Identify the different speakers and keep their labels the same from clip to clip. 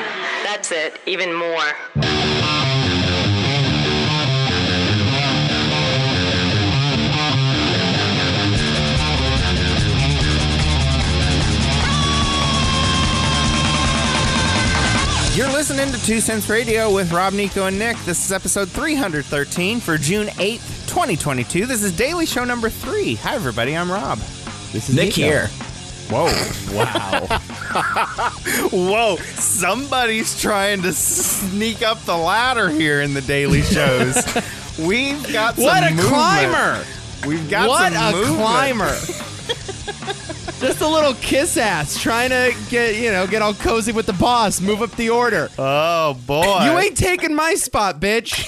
Speaker 1: enhance it even more.
Speaker 2: You're listening to Two Cents Radio with Rob, Nico, and Nick. This is episode 313 for June 8th, 2022. This is daily show number three. Hi, everybody. I'm Rob.
Speaker 3: This is Nico.
Speaker 2: Whoa.
Speaker 3: Wow.
Speaker 2: Whoa. Somebody's trying to sneak up the ladder here in the daily shows. We've got some
Speaker 3: what a
Speaker 2: movement.
Speaker 3: climber!
Speaker 2: We've got
Speaker 3: what
Speaker 2: some
Speaker 3: a
Speaker 2: movement.
Speaker 3: climber! Just a little kiss ass trying to get you know get all cozy with the boss, move up the order.
Speaker 2: Oh, boy.
Speaker 3: You ain't taking my spot, bitch.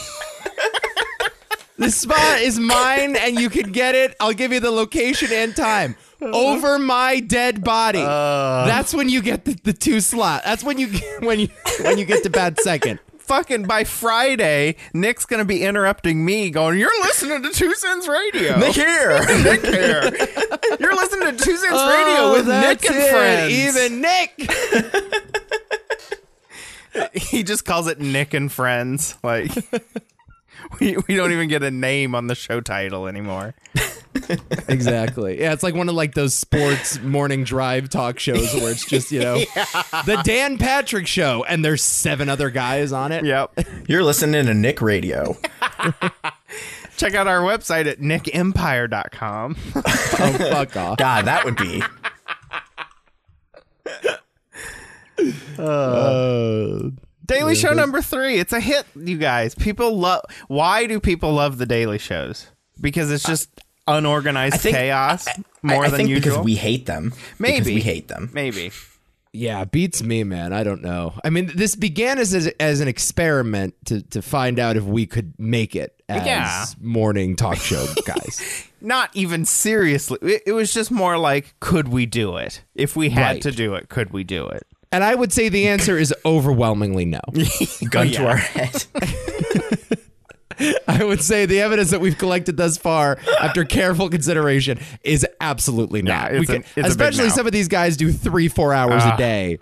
Speaker 3: the spot is mine, and you can get it. I'll give you the location and time. Over my dead body.
Speaker 2: Uh.
Speaker 3: That's when you get the, the two slot. That's when you when you when you get to bad second.
Speaker 2: fucking by Friday, Nick's gonna be interrupting me, going, "You're listening to Two Cents Radio, Nick here, Nick here. You're listening to Two Cents
Speaker 4: Oh,
Speaker 2: Radio with Oh, Nick and friends.
Speaker 3: Even Nick.
Speaker 2: he just calls it Nick and friends. Like we we don't even get a name on the show title anymore.
Speaker 3: Exactly. Yeah, it's like one of like those sports morning drive talk shows where it's just, you know, the Dan Patrick show and there's seven other guys on it.
Speaker 2: Yep.
Speaker 4: You're listening to Nick Radio.
Speaker 2: Check out our website at nickempire.com.
Speaker 3: Oh, fuck off.
Speaker 4: God, Ah, that would be.
Speaker 2: Daily Show number three. It's a hit, you guys. People love. Why do people love the Daily Shows? Because it's just unorganized
Speaker 4: think-
Speaker 2: chaos
Speaker 4: I-
Speaker 2: more
Speaker 4: I,
Speaker 2: than
Speaker 4: think
Speaker 2: usual.
Speaker 4: because we hate them.
Speaker 2: Maybe.
Speaker 4: Because we hate them.
Speaker 2: Maybe.
Speaker 3: Yeah, beats me, man. I don't know. I mean, this began as as, as an experiment to to find out if we could make it as
Speaker 2: Yeah.
Speaker 3: morning talk show guys.
Speaker 2: Not even seriously. It, it was just more like, could we do it? If we had
Speaker 3: Right.
Speaker 2: to do it, could we do it?
Speaker 3: and I would say the answer is overwhelmingly no.
Speaker 4: Gun
Speaker 2: oh, yeah.
Speaker 4: to our head.
Speaker 3: I would say the evidence that we've collected thus far, after careful consideration, is absolutely not.
Speaker 2: Yeah,
Speaker 3: we
Speaker 2: it's a-
Speaker 3: can,
Speaker 2: it's a big
Speaker 3: especially
Speaker 2: no. Ah.
Speaker 3: some of these guys do three, four hours a day.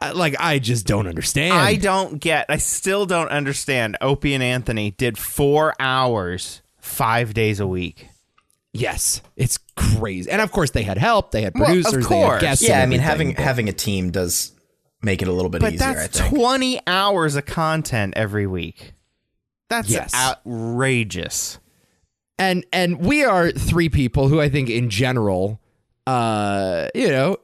Speaker 3: I, like I just don't understand.
Speaker 2: I don't get, I still don't understand. Opie and Anthony did four hours, five days a week.
Speaker 3: yes, it's crazy. And of course, they had help. They had
Speaker 2: Well, of
Speaker 3: producers. They
Speaker 2: course.
Speaker 3: had guests.
Speaker 4: yeah,
Speaker 3: and
Speaker 4: I mean,
Speaker 3: everything,
Speaker 4: having
Speaker 3: but-
Speaker 4: having a team does make it a little bit
Speaker 2: But
Speaker 4: easier. I
Speaker 2: that's
Speaker 4: think.
Speaker 2: 20 hours of content every week. That's
Speaker 3: Yes.
Speaker 2: outrageous.
Speaker 3: and and we are three people who I think in general, uh, you know,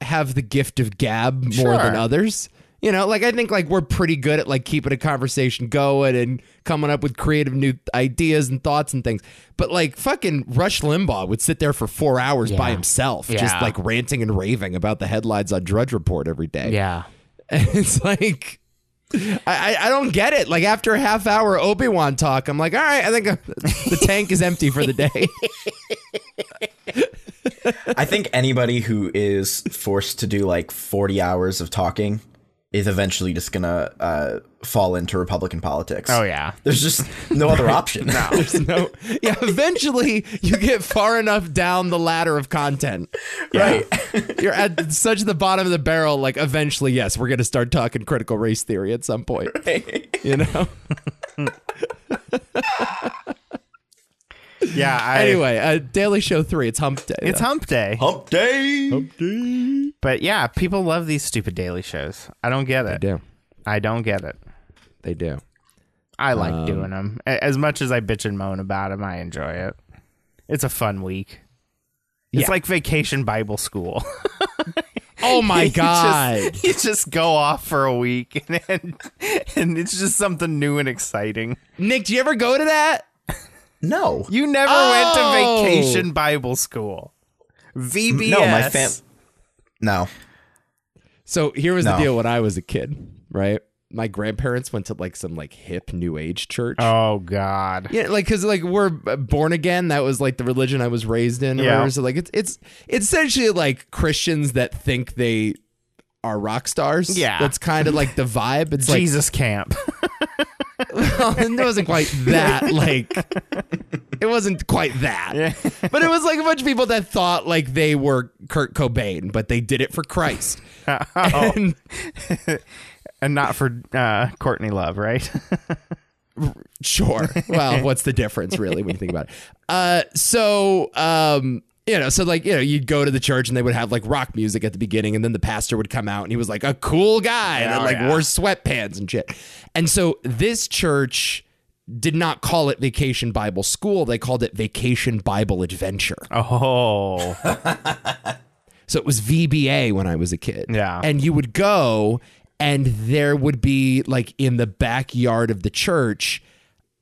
Speaker 3: have the gift of gab more
Speaker 2: Sure.
Speaker 3: than others. You know, like I think like we're pretty good at like keeping a conversation going and coming up with creative new ideas and thoughts and things. But like fucking Rush Limbaugh would sit there for four hours by himself, just
Speaker 2: Yeah.
Speaker 3: like ranting and raving about the headlines on Drudge Report every day.
Speaker 2: Yeah.
Speaker 3: And it's like I, I- I don't get it. Like after a half hour Obi Wan talk, I'm like, all right, I think I'm, the tank is empty for the day.
Speaker 4: I think anybody who is forced to do like 40 hours of talking is eventually just gonna uh, fall into Republican politics.
Speaker 2: Oh, yeah.
Speaker 4: There's just no other option. no.
Speaker 3: There's no, yeah. Eventually, you get far enough down the ladder of content.
Speaker 4: Right.
Speaker 3: You're at such the bottom of the barrel. Like eventually, yes, we're gonna start talking critical race theory at some point. You know.
Speaker 2: Yeah. I,
Speaker 3: anyway, uh, Daily Show three. It's Hump Day.
Speaker 2: It's hump day.
Speaker 4: Hump day.
Speaker 2: But yeah, people love these stupid daily shows. I don't get it.
Speaker 3: they do.
Speaker 2: I don't get it.
Speaker 3: They do.
Speaker 2: I like doing them. As much as I bitch and moan about them, I enjoy it. It's a fun week. It's
Speaker 3: Yeah.
Speaker 2: like vacation Bible school.
Speaker 3: Oh my
Speaker 2: You
Speaker 3: god.
Speaker 2: just, you just go off for a week and, and and it's just something new and exciting.
Speaker 3: Nick, do you ever go to that?
Speaker 4: No.
Speaker 2: You never
Speaker 3: Oh!
Speaker 2: went to vacation Bible school. VBS.
Speaker 4: No, my fam. No.
Speaker 3: So here was the
Speaker 4: No.
Speaker 3: deal when I was a kid, right? My grandparents went to like some like hip new age church.
Speaker 2: Oh God.
Speaker 3: Yeah, like because like we're born again. That was like the religion I was raised in. Or
Speaker 2: Yeah.
Speaker 3: whatever. So like it's it's it's essentially like Christians that think they are rock stars.
Speaker 2: Yeah.
Speaker 3: that's kind of like the vibe. It's like
Speaker 2: Jesus camp.
Speaker 3: it wasn't quite that like it wasn't quite that. But it was like a bunch of people that thought like they
Speaker 2: Oh.
Speaker 3: were Kurt Cobain, but they did it for Christ. And
Speaker 2: and not for uh, Courtney Love, right?
Speaker 3: Sure. Well, what's the difference really when you think about it? Uh, so, um, you know, so like, you know, you'd go to the church and they would have like rock music at the beginning and then the pastor would come out and he was like a cool guy and then
Speaker 2: Oh,
Speaker 3: like
Speaker 2: yeah.
Speaker 3: wore sweatpants and shit. And so this church did not call it Vacation Bible School. They called it Vacation Bible Adventure.
Speaker 2: oh,
Speaker 3: So it was VBA when I was a kid.
Speaker 2: Yeah.
Speaker 3: And you would go, and there would be, like, in the backyard of the church,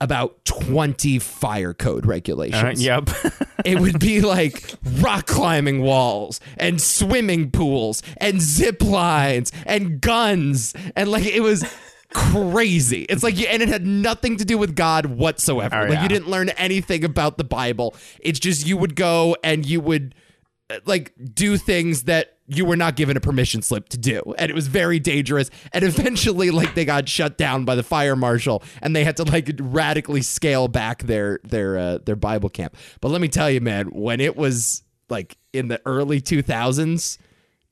Speaker 3: about 20 fire code regulations.
Speaker 2: Uh, yep.
Speaker 3: It would be like rock climbing walls and swimming pools and zip lines and guns. And, like, it was. Crazy. It's like, and it had nothing to do with God whatsoever.
Speaker 2: Oh,
Speaker 3: like,
Speaker 2: yeah.
Speaker 3: you didn't learn anything about the Bible. It's just you would go and you would like do things that you were not given a permission slip to do and it was very dangerous and eventually like they got shut down by the fire marshal and they had to like radically scale back their their uh, their bible camp but let me tell you man when it was like in the early 2000s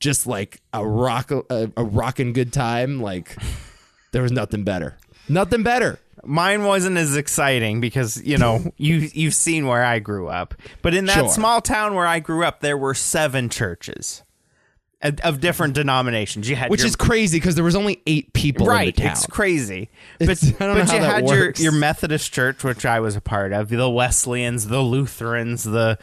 Speaker 3: just like a rock a, a rockin' good time like there was nothing better nothing better
Speaker 2: Mine wasn't as exciting because you know you you've seen where I grew up, but in that
Speaker 3: Sure.
Speaker 2: small town where I grew up, there were seven churches of, of different denominations. You had
Speaker 3: which
Speaker 2: your,
Speaker 3: is crazy because there was only eight people in the
Speaker 2: right.
Speaker 3: town.
Speaker 2: It's crazy.
Speaker 3: It's-
Speaker 2: but
Speaker 3: I don't know
Speaker 2: but
Speaker 3: how
Speaker 2: you
Speaker 3: that
Speaker 2: had
Speaker 3: works.
Speaker 2: your your Methodist church, which I was a part of, the Wesleyans, the Lutherans, the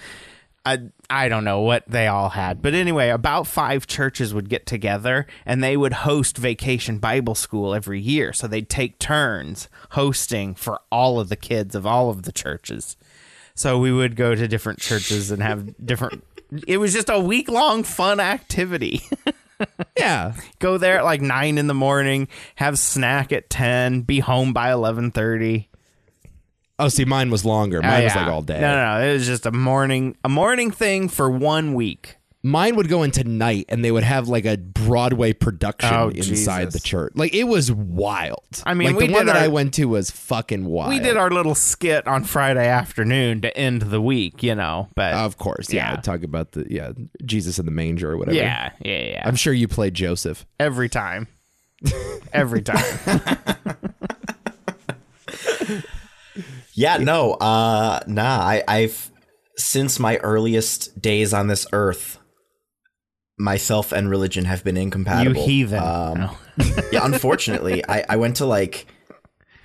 Speaker 2: I I don't know what they all had, but anyway, about five churches would get together and they would host Vacation Bible School every year. So they'd take turns hosting for all of the kids of all of the churches. So we would go to different churches and have different. It was just a week long fun activity
Speaker 3: yeah
Speaker 2: go there at like nine in the morning, have snack at ten, be home by eleven thirty.
Speaker 3: oh see mine was longer mine was like all day
Speaker 2: Oh, No, no, no. It was just a morning, a morning thing for one week.
Speaker 3: mine would go into night and they would have like a broadway production
Speaker 2: Oh,
Speaker 3: inside
Speaker 2: Jesus.
Speaker 3: the church like it was wild
Speaker 2: I mean,
Speaker 3: like
Speaker 2: we
Speaker 3: the one
Speaker 2: did
Speaker 3: that
Speaker 2: our-
Speaker 3: i went to was fucking wild
Speaker 2: We did our little skit on Friday afternoon to end the week, you know. But
Speaker 3: of course yeah,
Speaker 2: Yeah.
Speaker 3: talk about the yeah jesus in the manger or whatever
Speaker 2: yeah, yeah, yeah.
Speaker 3: i'm sure you played joseph
Speaker 2: Every time, every time.
Speaker 4: Yeah, no, uh, nah. I, I've since my earliest days on this earth, myself and religion have been
Speaker 2: you
Speaker 4: incompatible.
Speaker 2: heathen. Oh,
Speaker 4: Um,
Speaker 2: No.
Speaker 4: yeah, unfortunately, I, I went to like,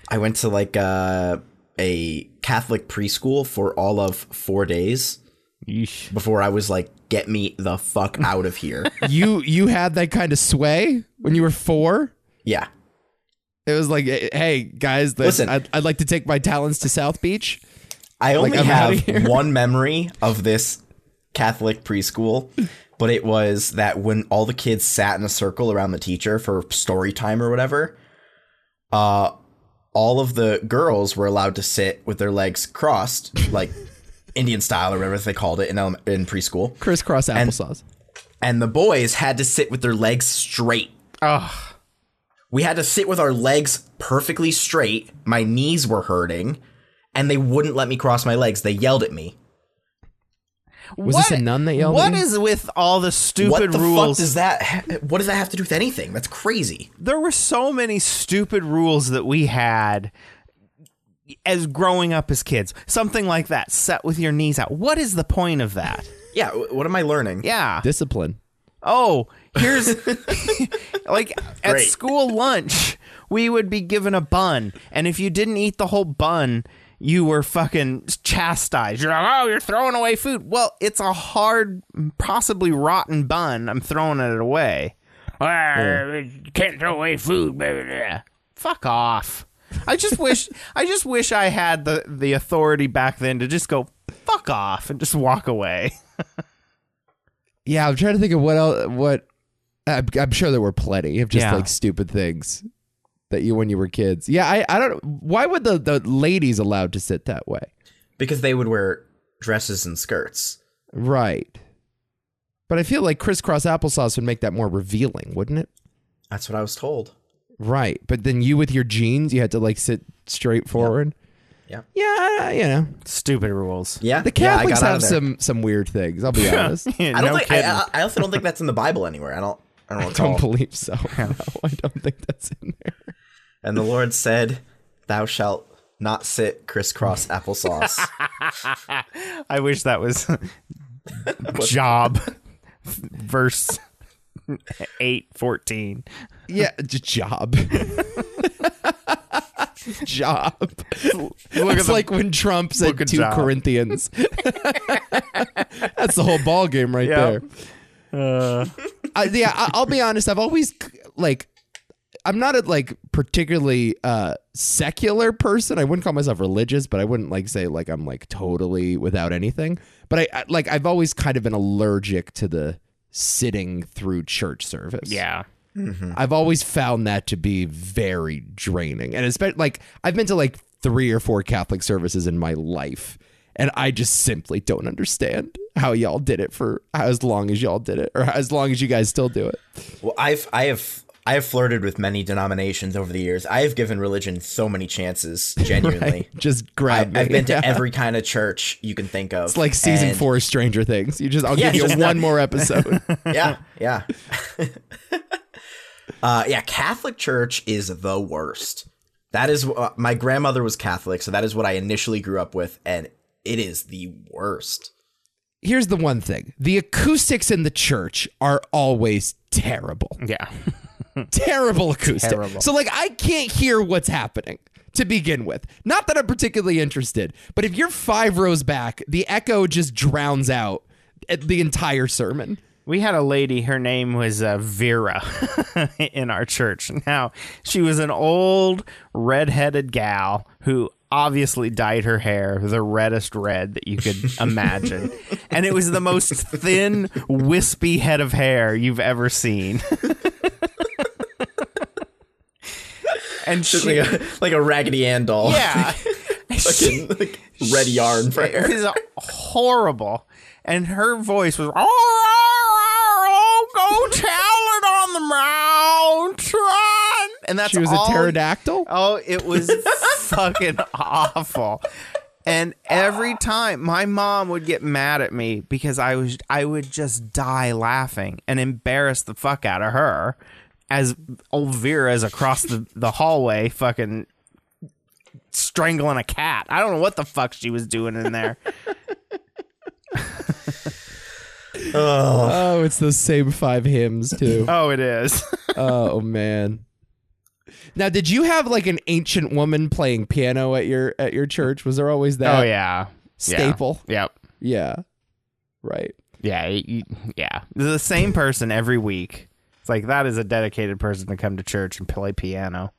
Speaker 4: I went to like uh, a Catholic preschool for all of four days
Speaker 2: Yeesh.
Speaker 4: before I was like, get me the fuck out of here.
Speaker 3: you you had that kind of sway when you were four
Speaker 4: yeah.
Speaker 3: it was like hey guys this,
Speaker 4: Listen.
Speaker 3: I'd, I'd like to take my talents to south beach
Speaker 4: I only
Speaker 3: I'm outta
Speaker 4: have one memory of this Catholic preschool, but it was that when all the kids sat in a circle around the teacher for story time or whatever, uh, all of the girls were allowed to sit with their legs crossed, like Indian style or whatever they called it in, elem- in preschool,
Speaker 3: crisscross applesauce
Speaker 4: and the boys had to sit with their legs straight.
Speaker 2: Ugh.
Speaker 4: We had to sit with our legs perfectly straight. My knees were hurting, and they wouldn't let me cross my legs. They yelled at me.
Speaker 3: Was this a nun that yelled at
Speaker 2: What
Speaker 3: you?
Speaker 2: is with all the stupid
Speaker 4: What the
Speaker 2: rules?
Speaker 4: fuck does that? ha- What does that have to do with anything? That's crazy.
Speaker 2: there were so many stupid rules that we had as growing up as kids. Something like that, set with your knees out. What is the point of that?
Speaker 4: Yeah. w- What am I learning?
Speaker 2: Yeah.
Speaker 3: discipline
Speaker 2: Oh, here's like at
Speaker 4: Great.
Speaker 2: school lunch, we would be given a bun, and if you didn't eat the whole bun, you were fucking chastised. You're like, oh, you're throwing away food. Well, it's a hard, possibly rotten bun. I'm throwing it away. "Ah, You can't throw away food, baby. Fuck off. I just wish I just wish I had the, the authority back then to just go fuck off and just walk away.
Speaker 3: Yeah, I'm trying to think of what else. What I'm, I'm sure there were plenty of just
Speaker 2: Yeah.
Speaker 3: like stupid things that you when you were kids. Yeah, I, I don't. Why would the the ladies allowed to sit that way?
Speaker 4: Because they would wear dresses and skirts.
Speaker 3: Right. But I feel like crisscross applesauce would make that more revealing, wouldn't it?
Speaker 4: That's what I was told.
Speaker 3: Right. But then you with your jeans, you had to like sit straight forward.
Speaker 4: Yep.
Speaker 3: Yeah, you know
Speaker 2: Stupid rules.
Speaker 4: Yeah.
Speaker 3: the
Speaker 4: yeah, I
Speaker 3: Catholics
Speaker 4: got out
Speaker 3: have
Speaker 4: of there.
Speaker 3: some some weird things. I'll be honest.
Speaker 2: Yeah,
Speaker 4: I don't
Speaker 2: no
Speaker 4: think.
Speaker 2: kidding.
Speaker 4: I, I- I also don't think that's in the Bible anywhere. I don't. I don't recall.
Speaker 3: Don't believe so. No, I don't think that's in there.
Speaker 4: and the Lord said, "Thou shalt not sit crisscross applesauce."
Speaker 2: I wish that was job verse eight fourteen.
Speaker 3: Yeah, j- job. job.
Speaker 2: Look
Speaker 3: it's like when Trump said
Speaker 2: at
Speaker 3: two
Speaker 2: job.
Speaker 3: Corinthians. That's the whole ball game right
Speaker 2: Yep.
Speaker 3: there.
Speaker 2: Uh,
Speaker 3: I, yeah, I, I'll be honest. I've always like, I'm not a like particularly uh, secular person. I wouldn't call myself religious, but I wouldn't like say like I'm like totally without anything. But I, I like I've always kind of been allergic to the sitting through church service.
Speaker 2: yeah.
Speaker 3: I've always found that to be very draining. And especially like I've been to like three or four Catholic services in my life. And I just simply don't understand how y'all did it for as long as y'all did it, or as long as you guys still do it.
Speaker 4: Well, I've I have I have flirted with many denominations over the years. I have given religion so many chances, genuinely.
Speaker 3: Just
Speaker 4: I,
Speaker 3: grab me.
Speaker 4: I've been to
Speaker 3: Yeah.
Speaker 4: every kind of church you can think of.
Speaker 3: It's like season
Speaker 4: and-
Speaker 3: four of Stranger Things. You just I'll
Speaker 4: Yeah,
Speaker 3: give you
Speaker 4: just
Speaker 3: one
Speaker 4: not-
Speaker 3: more episode.
Speaker 4: Yeah, yeah. uh, yeah, Catholic Church is the worst. That is wh- uh, my grandmother was Catholic, so that is what I initially grew up with, and it is the worst.
Speaker 3: Here's the one thing: the acoustics in the church are always terrible.
Speaker 2: Yeah.
Speaker 3: terrible acoustic.
Speaker 2: Terrible.
Speaker 3: So like I can't hear what's happening to begin with. Not that I'm particularly interested, but if you're five rows back, the echo just drowns out at the entire sermon.
Speaker 2: We had a lady, her name was uh, Vera in our church. Now, she was an old redheaded gal who obviously dyed her hair the reddest red that you could imagine. and it was the most thin, wispy head of hair you've ever seen. and
Speaker 4: Just
Speaker 2: she,
Speaker 4: like a like a Raggedy Ann doll.
Speaker 2: yeah.
Speaker 4: Fucking, like, red yarn for
Speaker 2: It
Speaker 4: hair.
Speaker 2: was horrible. And her voice was, "Oh, oh, oh, go tell it on the mountain. And that's
Speaker 3: She was
Speaker 2: all-
Speaker 3: a pterodactyl.
Speaker 2: Oh, it was fucking awful. And every time my mom would get mad at me because I was I would just die laughing and embarrass the fuck out of her as old Vera's across the, the hallway fucking strangling a cat. I don't know what the fuck she was doing in there.
Speaker 4: Oh,
Speaker 3: Oh, it's those same five hymns too.
Speaker 2: oh, it is.
Speaker 3: oh man. Now, did you have like an ancient woman playing piano at your at your church? Was there always that
Speaker 2: oh yeah. Yeah.
Speaker 3: staple?
Speaker 2: Yep.
Speaker 3: Yeah. Right.
Speaker 2: Yeah, y- y- yeah. The same person every week. It's like that is a dedicated person to come to church and play piano.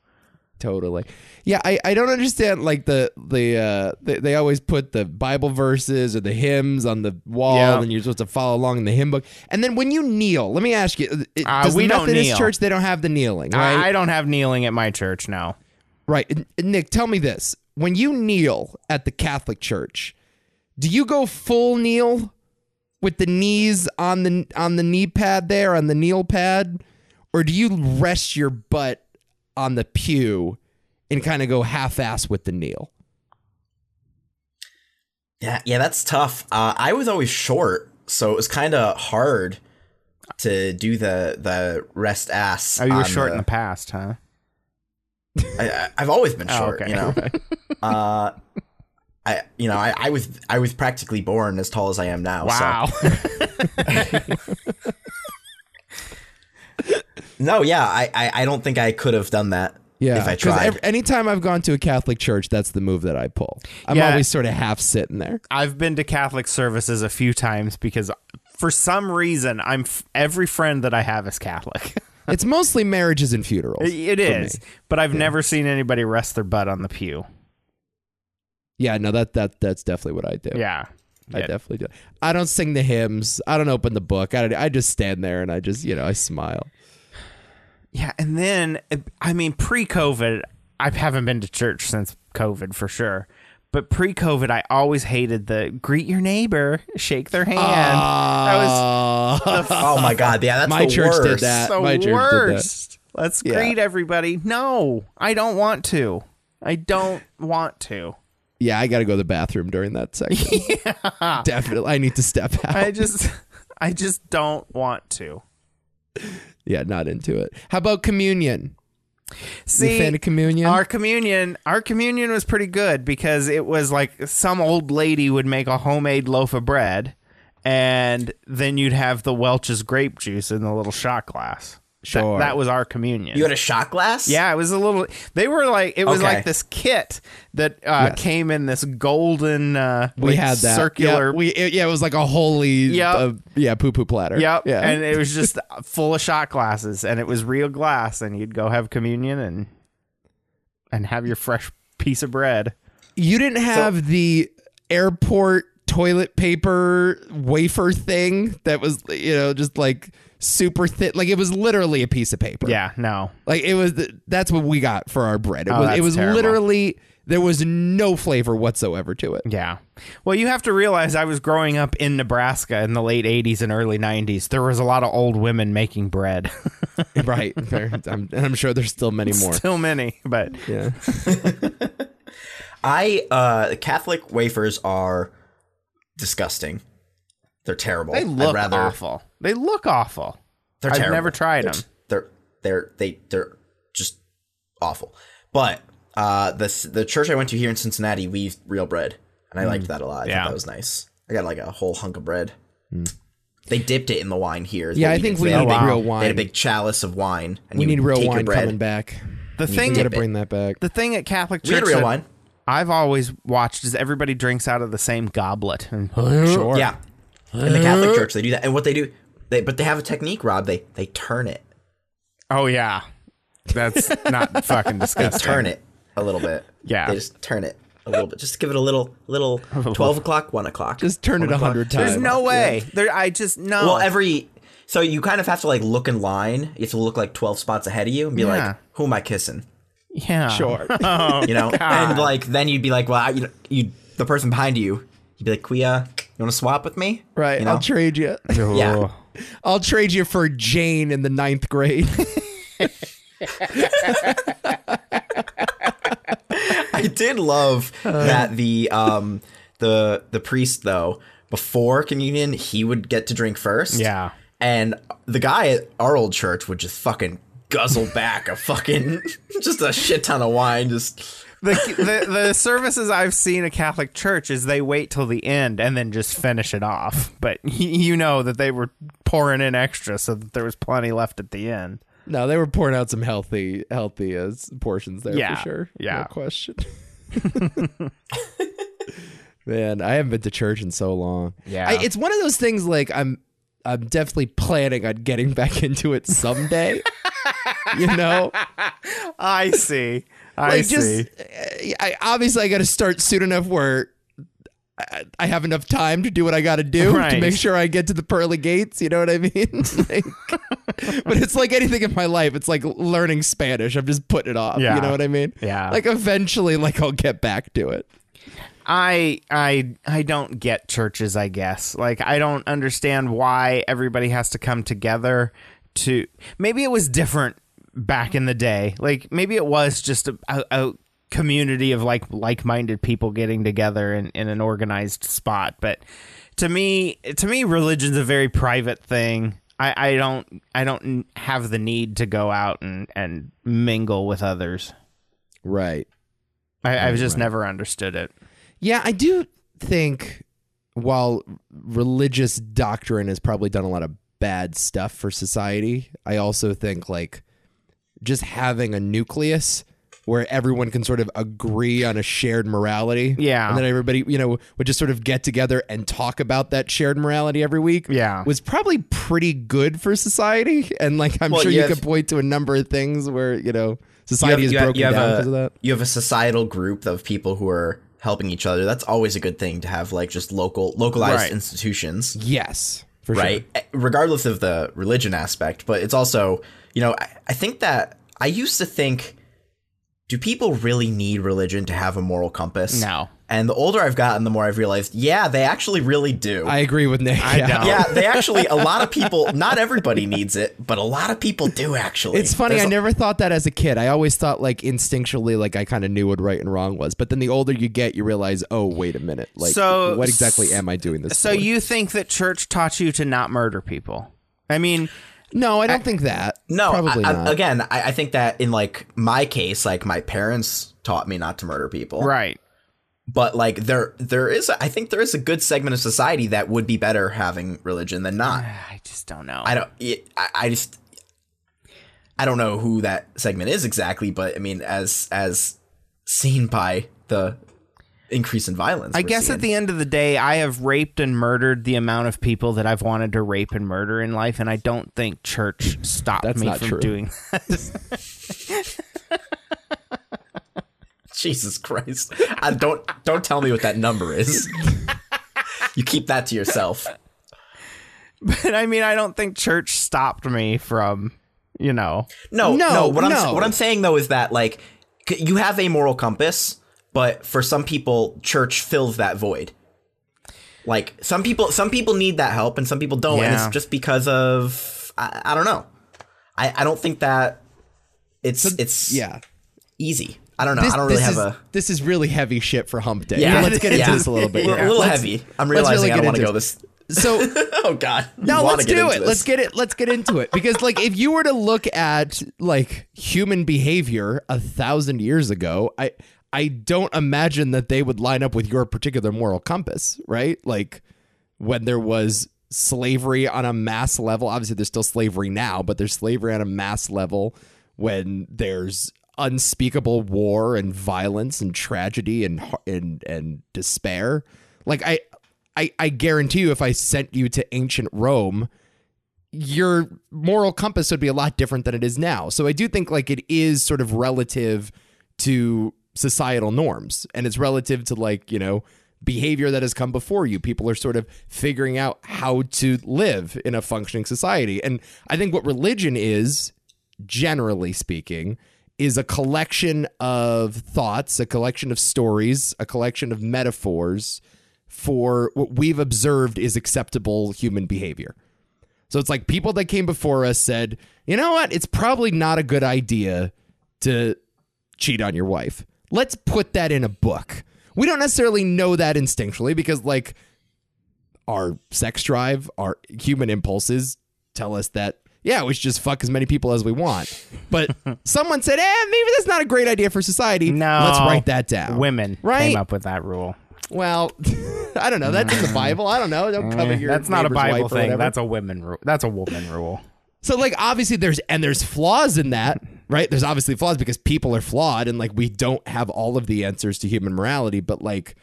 Speaker 3: totally yeah i, I don't understand like the the uh they, they always put the bible verses or the hymns on the wall
Speaker 2: Yeah.
Speaker 3: and you're supposed to follow along in the hymn book and then when you kneel let me ask you it,
Speaker 2: Uh,
Speaker 3: does
Speaker 2: we
Speaker 3: the
Speaker 2: don't
Speaker 3: methodist
Speaker 2: kneel.
Speaker 3: church they don't have the kneeling right
Speaker 2: I, I don't have kneeling at my church now.
Speaker 3: right N- nick tell me this when you kneel at the catholic church do you go full kneel with the knees on the on the knee pad there on the kneel pad or do you rest your butt on the pew and kind of go half-ass with the kneel
Speaker 4: yeah, yeah, that's tough. Uh, I was always short, so it was kind of hard to do the the rest ass.
Speaker 2: Oh, you were
Speaker 4: on
Speaker 2: short
Speaker 4: the-
Speaker 2: in the past, huh?
Speaker 4: I- I, I've always been
Speaker 2: Oh,
Speaker 4: short,
Speaker 2: okay.
Speaker 4: you know. uh, I, you know, I, I was, I was practically born as tall as I am now.
Speaker 2: Wow.
Speaker 4: So. No, yeah, I, I, I don't think I could have done that.
Speaker 3: Yeah,
Speaker 4: If I
Speaker 3: 'cause
Speaker 4: tried.
Speaker 3: ev- anytime I've gone to a Catholic church, that's the move that I pull. I'm
Speaker 2: Yeah.
Speaker 3: always sort of half sitting there.
Speaker 2: I've been to Catholic services a few times because for some reason I'm f- every friend that I have is Catholic.
Speaker 3: It's mostly marriages and funerals.
Speaker 2: it is, but I've never seen anybody rest their butt on the pew.
Speaker 3: Yeah, no, that that that's definitely what I do.
Speaker 2: Yeah.
Speaker 3: I
Speaker 2: Yeah.
Speaker 3: definitely do. I don't sing the hymns. I don't open the book. I don't, I just stand there and I just you know I smile.
Speaker 2: Yeah, and then I mean pre-COVID, I haven't been to church since COVID for sure. But pre-COVID, I always hated the greet your neighbor, shake their hand.
Speaker 3: Ah,
Speaker 2: that was the
Speaker 4: Oh my god, yeah, that's
Speaker 3: My
Speaker 4: the
Speaker 3: church did
Speaker 4: worst.
Speaker 3: that.
Speaker 2: the
Speaker 3: my church did that.
Speaker 2: worst. Let's greet everybody. No, I don't want to. I don't want to.
Speaker 3: Yeah, I got to go to the bathroom during that section. Definitely, I need to step out.
Speaker 2: I just I just don't want to.
Speaker 3: Yeah, not into it. How about communion? You a
Speaker 2: See,
Speaker 3: fan of communion?
Speaker 2: Our communion, our communion was pretty good because it was like some old lady would make a homemade loaf of bread, and then you'd have the Welch's grape juice in the little shot glass. That-
Speaker 3: Sure.
Speaker 2: that, was our communion.
Speaker 4: You had a shot glass?
Speaker 2: yeah, it was a little. They were like it was
Speaker 4: Okay.
Speaker 2: like this kit that uh, came in this golden. Uh,
Speaker 3: we
Speaker 2: like,
Speaker 3: had that
Speaker 2: circular.
Speaker 3: Yeah, we it, yeah, it was like a holy
Speaker 2: Yep.
Speaker 3: uh, yeah poo poo platter.
Speaker 2: Yep,
Speaker 3: Yeah.
Speaker 2: and it was just full of shot glasses, and it was real glass, and you'd go have communion and and have your fresh piece of bread.
Speaker 3: you didn't have the airport toilet paper wafer thing that was you know just like super thin. Like it was literally a piece of paper.
Speaker 2: Yeah, no,
Speaker 3: Like it was the, that's what we got for our bread. It
Speaker 2: Oh,
Speaker 3: was it
Speaker 2: that's
Speaker 3: was
Speaker 2: terrible.
Speaker 3: literally there was no flavor whatsoever to it.
Speaker 2: Yeah. Well, you have to realize I was growing up in Nebraska in the late 80s and early 90s. There was a lot of old women making bread.
Speaker 3: right. I'm, and I'm sure there's still many more.
Speaker 2: Still many, but
Speaker 3: Yeah.
Speaker 4: I uh Catholic wafers are disgusting. They're terrible.
Speaker 2: they
Speaker 4: I'd
Speaker 2: look
Speaker 4: rather-
Speaker 2: awful. They look awful.
Speaker 4: They're
Speaker 2: I've
Speaker 4: terrible.
Speaker 2: never tried
Speaker 4: They're
Speaker 2: them.
Speaker 4: t- They're they're they they're just awful. But uh the s- the church I went to here in Cincinnati, we used real bread, and I
Speaker 3: Mm.
Speaker 4: liked that a lot. I
Speaker 2: yeah.
Speaker 4: thought that was nice. I got like a whole hunk of bread. They dipped it in the wine here. is
Speaker 3: Mm. Yeah,
Speaker 4: what
Speaker 3: I
Speaker 4: did.
Speaker 3: think
Speaker 4: So
Speaker 3: we
Speaker 4: they had
Speaker 3: need
Speaker 4: a big-
Speaker 3: real
Speaker 4: They had a
Speaker 3: wine.
Speaker 4: big chalice of wine, and
Speaker 3: We
Speaker 4: you
Speaker 3: need
Speaker 4: would
Speaker 3: real
Speaker 4: take
Speaker 3: wine
Speaker 4: your bread.
Speaker 3: coming back.
Speaker 2: The
Speaker 3: We
Speaker 2: thing
Speaker 3: got to bring that back.
Speaker 2: the thing at Catholic
Speaker 4: We had
Speaker 2: Church
Speaker 4: real
Speaker 2: that
Speaker 4: wine.
Speaker 2: I've always watched is everybody drinks out of the same goblet. And
Speaker 3: Sure.
Speaker 4: Yeah, in the Catholic Church they do that, and what they do, they but they have a technique, Rob. They they turn it,
Speaker 2: oh yeah. That's not fucking disgusting.
Speaker 4: turn it a little bit.
Speaker 2: Yeah.
Speaker 4: they just turn it a little bit, just give it a little little twelve o'clock, one o'clock.
Speaker 3: Just turn it a hundred times.
Speaker 2: There's no way. There I just no.
Speaker 4: Well, every so you kind of have to like look in line. You have to look like twelve spots ahead of you and be
Speaker 2: Yeah.
Speaker 4: like, "Who am I kissing?"
Speaker 2: yeah. Oh.
Speaker 3: Sure.
Speaker 4: You know, and like then you'd be like, "Well, I, you, you the person behind you." You'd be like, "Can "We uh, you want to swap with me?"
Speaker 3: Right.
Speaker 4: You know?
Speaker 3: I'll trade you.
Speaker 4: Yeah.
Speaker 3: I'll trade you for Jane in the ninth grade.
Speaker 4: I did love
Speaker 3: Uh.
Speaker 4: that the um the the priest though before communion he would get to drink first.
Speaker 2: Yeah.
Speaker 4: And the guy at our old church would just fucking guzzle back a fucking just a shit ton of wine just
Speaker 2: the, the the services I've seen at Catholic Church is they wait till the end and then just finish it off. But y- you know that they were pouring in extra so that there was plenty left at the end.
Speaker 3: no, they were pouring out some healthy, healthy uh, s- portions there
Speaker 2: Yeah.
Speaker 3: for sure.
Speaker 2: Yeah.
Speaker 3: No question. Man, I haven't been to church in so long.
Speaker 2: Yeah.
Speaker 3: I, it's one of those things like I'm I'm definitely planning on getting back into it someday. you know?
Speaker 2: I see. I
Speaker 3: like
Speaker 2: see.
Speaker 3: just I, I- obviously I got to start soon enough where I, I have enough time to do what I got to do to
Speaker 2: Right.
Speaker 3: make sure I get to the pearly gates. You know what I mean? Like, but it's like anything in my life. It's like learning Spanish. I'm just putting it off.
Speaker 2: Yeah.
Speaker 3: You know what I mean?
Speaker 2: Yeah.
Speaker 3: Like eventually, like I'll get back to it.
Speaker 2: I I I don't get churches, I guess. Like I don't understand why everybody has to come together to maybe it was different back in the day. Like maybe it was just a, a, a community of like like-minded people getting together in, in an organized spot. But to me to me religion's a very private thing. I, I don't I don't have the need to go out and, and mingle with others.
Speaker 3: Right.
Speaker 2: I, I've just never understood it.
Speaker 3: Yeah, I do think while religious doctrine has probably done a lot of bad stuff for society, I also think like just having a nucleus where everyone can sort of agree on a shared morality.
Speaker 2: Yeah.
Speaker 3: And then everybody, you know, would just sort of get together and talk about that shared morality every week.
Speaker 2: Yeah.
Speaker 3: Was probably pretty good for society. And like I'm
Speaker 4: Well,
Speaker 3: sure
Speaker 4: you
Speaker 3: you
Speaker 4: have-
Speaker 3: could point to a number of things where, you know, society is broken down
Speaker 4: a,
Speaker 3: because of that.
Speaker 4: You have a societal group of people who are helping each other. That's always a good thing to have, like just local, localized
Speaker 2: Right.
Speaker 4: institutions,
Speaker 3: Yes. For sure.
Speaker 4: right? Eh, Regardless of the religion aspect, but it's also, you know, I, I think that I used to think, do people really need religion to have a moral compass?
Speaker 2: No.
Speaker 4: And the older I've gotten, the more I've realized, yeah, they actually really do.
Speaker 3: I agree with Nick. I
Speaker 2: don't.
Speaker 4: yeah, they actually. A lot of people. Not everybody needs it, but a lot of people do actually.
Speaker 3: It's funny.
Speaker 4: There's
Speaker 3: I
Speaker 4: a-
Speaker 3: never thought that as a kid. I always thought like instinctually, like I kind of knew what right and wrong was. But then the older you get, you realize, oh, wait a minute. Like,
Speaker 2: So-
Speaker 3: what exactly am I doing this?
Speaker 2: So
Speaker 3: for?
Speaker 2: you think that church taught you to not murder people? I mean,
Speaker 3: No, I don't think that.
Speaker 4: No,
Speaker 3: probably
Speaker 4: I, I-
Speaker 3: not.
Speaker 4: again, I, I think that in like my case, like my parents taught me not to murder people.
Speaker 2: Right.
Speaker 4: But like there, there is, a, I think there is a good segment of society that would be better having religion than not.
Speaker 2: I just don't know.
Speaker 4: I don't. it- I, I just. I don't know who that segment is exactly, but I mean, as as seen by the increase in violence,
Speaker 2: I guess at the end of the day, I have raped and murdered the amount of people that I've wanted to rape and murder in life, and I don't think church stopped
Speaker 3: That's
Speaker 2: me
Speaker 3: not
Speaker 2: from
Speaker 3: true.
Speaker 2: doing that.
Speaker 4: Jesus Christ, I don't don't tell me what that number is. you keep that to yourself.
Speaker 2: But I mean, I don't think church stopped me from, you know.
Speaker 4: No,
Speaker 3: No,
Speaker 4: no, what I'm
Speaker 3: no.
Speaker 4: what I'm saying though is that like c- you have a moral compass, but for some people, church fills that void. Like some people, some people need that help, and some people don't, and
Speaker 2: Yeah.
Speaker 4: it's just because of I, I don't know. I, I don't think that it's it's
Speaker 3: yeah.
Speaker 4: easy. I don't know.
Speaker 3: This,
Speaker 4: I don't really
Speaker 3: this
Speaker 4: have
Speaker 3: is,
Speaker 4: a
Speaker 3: this is really heavy shit for Hump Day.
Speaker 4: Yeah.
Speaker 3: But let's get into
Speaker 4: Yeah.
Speaker 3: this a little bit.
Speaker 4: a
Speaker 3: yeah.
Speaker 4: little
Speaker 3: Let's-
Speaker 4: heavy. I'm
Speaker 3: let's
Speaker 4: realizing
Speaker 3: really
Speaker 4: I don't
Speaker 3: get
Speaker 4: want to
Speaker 3: into
Speaker 4: go this.
Speaker 3: So
Speaker 4: Oh God! You
Speaker 3: No,
Speaker 4: wanna
Speaker 3: let's
Speaker 4: get
Speaker 3: do
Speaker 4: into
Speaker 3: it.
Speaker 4: this.
Speaker 3: Let's get it. Let's get into it because, like, if you were to look at like human behavior a thousand years ago, I I don't imagine that they would line up with your particular moral compass, right? Like, when there was slavery on a mass level. Obviously, there's still slavery now, but there's slavery on a mass level when there's unspeakable war and violence and tragedy and har- and and despair. Like I, I, I guarantee you, if I sent you to ancient Rome, your moral compass would be a lot different than it is now. So I do think like it is sort of relative to societal norms and it's relative to like, you know, behavior that has come before you. People are sort of figuring out how to live in a functioning society. And I think what religion is, generally speaking, is a collection of thoughts, a collection of stories, a collection of metaphors for what we've observed is acceptable human behavior. So it's like people that came before us said, you know what? It's probably not a good idea to cheat on your wife. Let's put that in a book. We don't necessarily know that instinctually because, like, our sex drive, our human impulses tell us that, yeah, we should just fuck as many people as we want. But someone said, eh, maybe that's not a great idea for society.
Speaker 2: No.
Speaker 3: Let's write that down.
Speaker 2: Women
Speaker 3: right?
Speaker 2: came up with that rule.
Speaker 3: Well, I don't know. That's in the Bible. I don't know. Don't cover your.
Speaker 2: Eh, That's not a
Speaker 3: neighbor's
Speaker 2: Bible
Speaker 3: wife or
Speaker 2: thing.
Speaker 3: whatever.
Speaker 2: That's a women rule. That's a woman rule.
Speaker 3: So like obviously there's and there's flaws in that, right? There's obviously flaws because people are flawed and like we don't have all of the answers to human morality, but like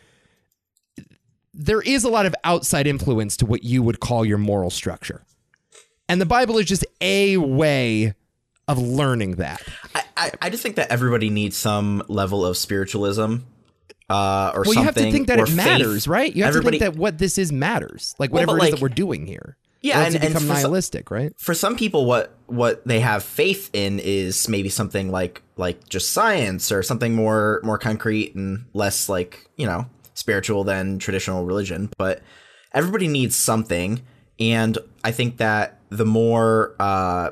Speaker 3: there is a lot of outside influence to what you would call your moral structure. And the Bible is just a way of learning that.
Speaker 4: I, I, I just think that everybody needs some level of spiritualism. Uh, or
Speaker 3: Well,
Speaker 4: something,
Speaker 3: you have to think that
Speaker 4: or
Speaker 3: it
Speaker 4: faith.
Speaker 3: matters, right? You have
Speaker 4: Everybody-
Speaker 3: to think that what this is matters. Like
Speaker 4: Well,
Speaker 3: whatever
Speaker 4: but,
Speaker 3: it is
Speaker 4: like-
Speaker 3: that we're doing here.
Speaker 4: Yeah,
Speaker 3: Or else
Speaker 4: and-
Speaker 3: you
Speaker 4: and
Speaker 3: become
Speaker 4: for some-
Speaker 3: nihilistic, right?
Speaker 4: for some people what what they have faith in is maybe something like like just science or something more more concrete and less like you know spiritual than traditional religion but everybody needs something and i think that the more uh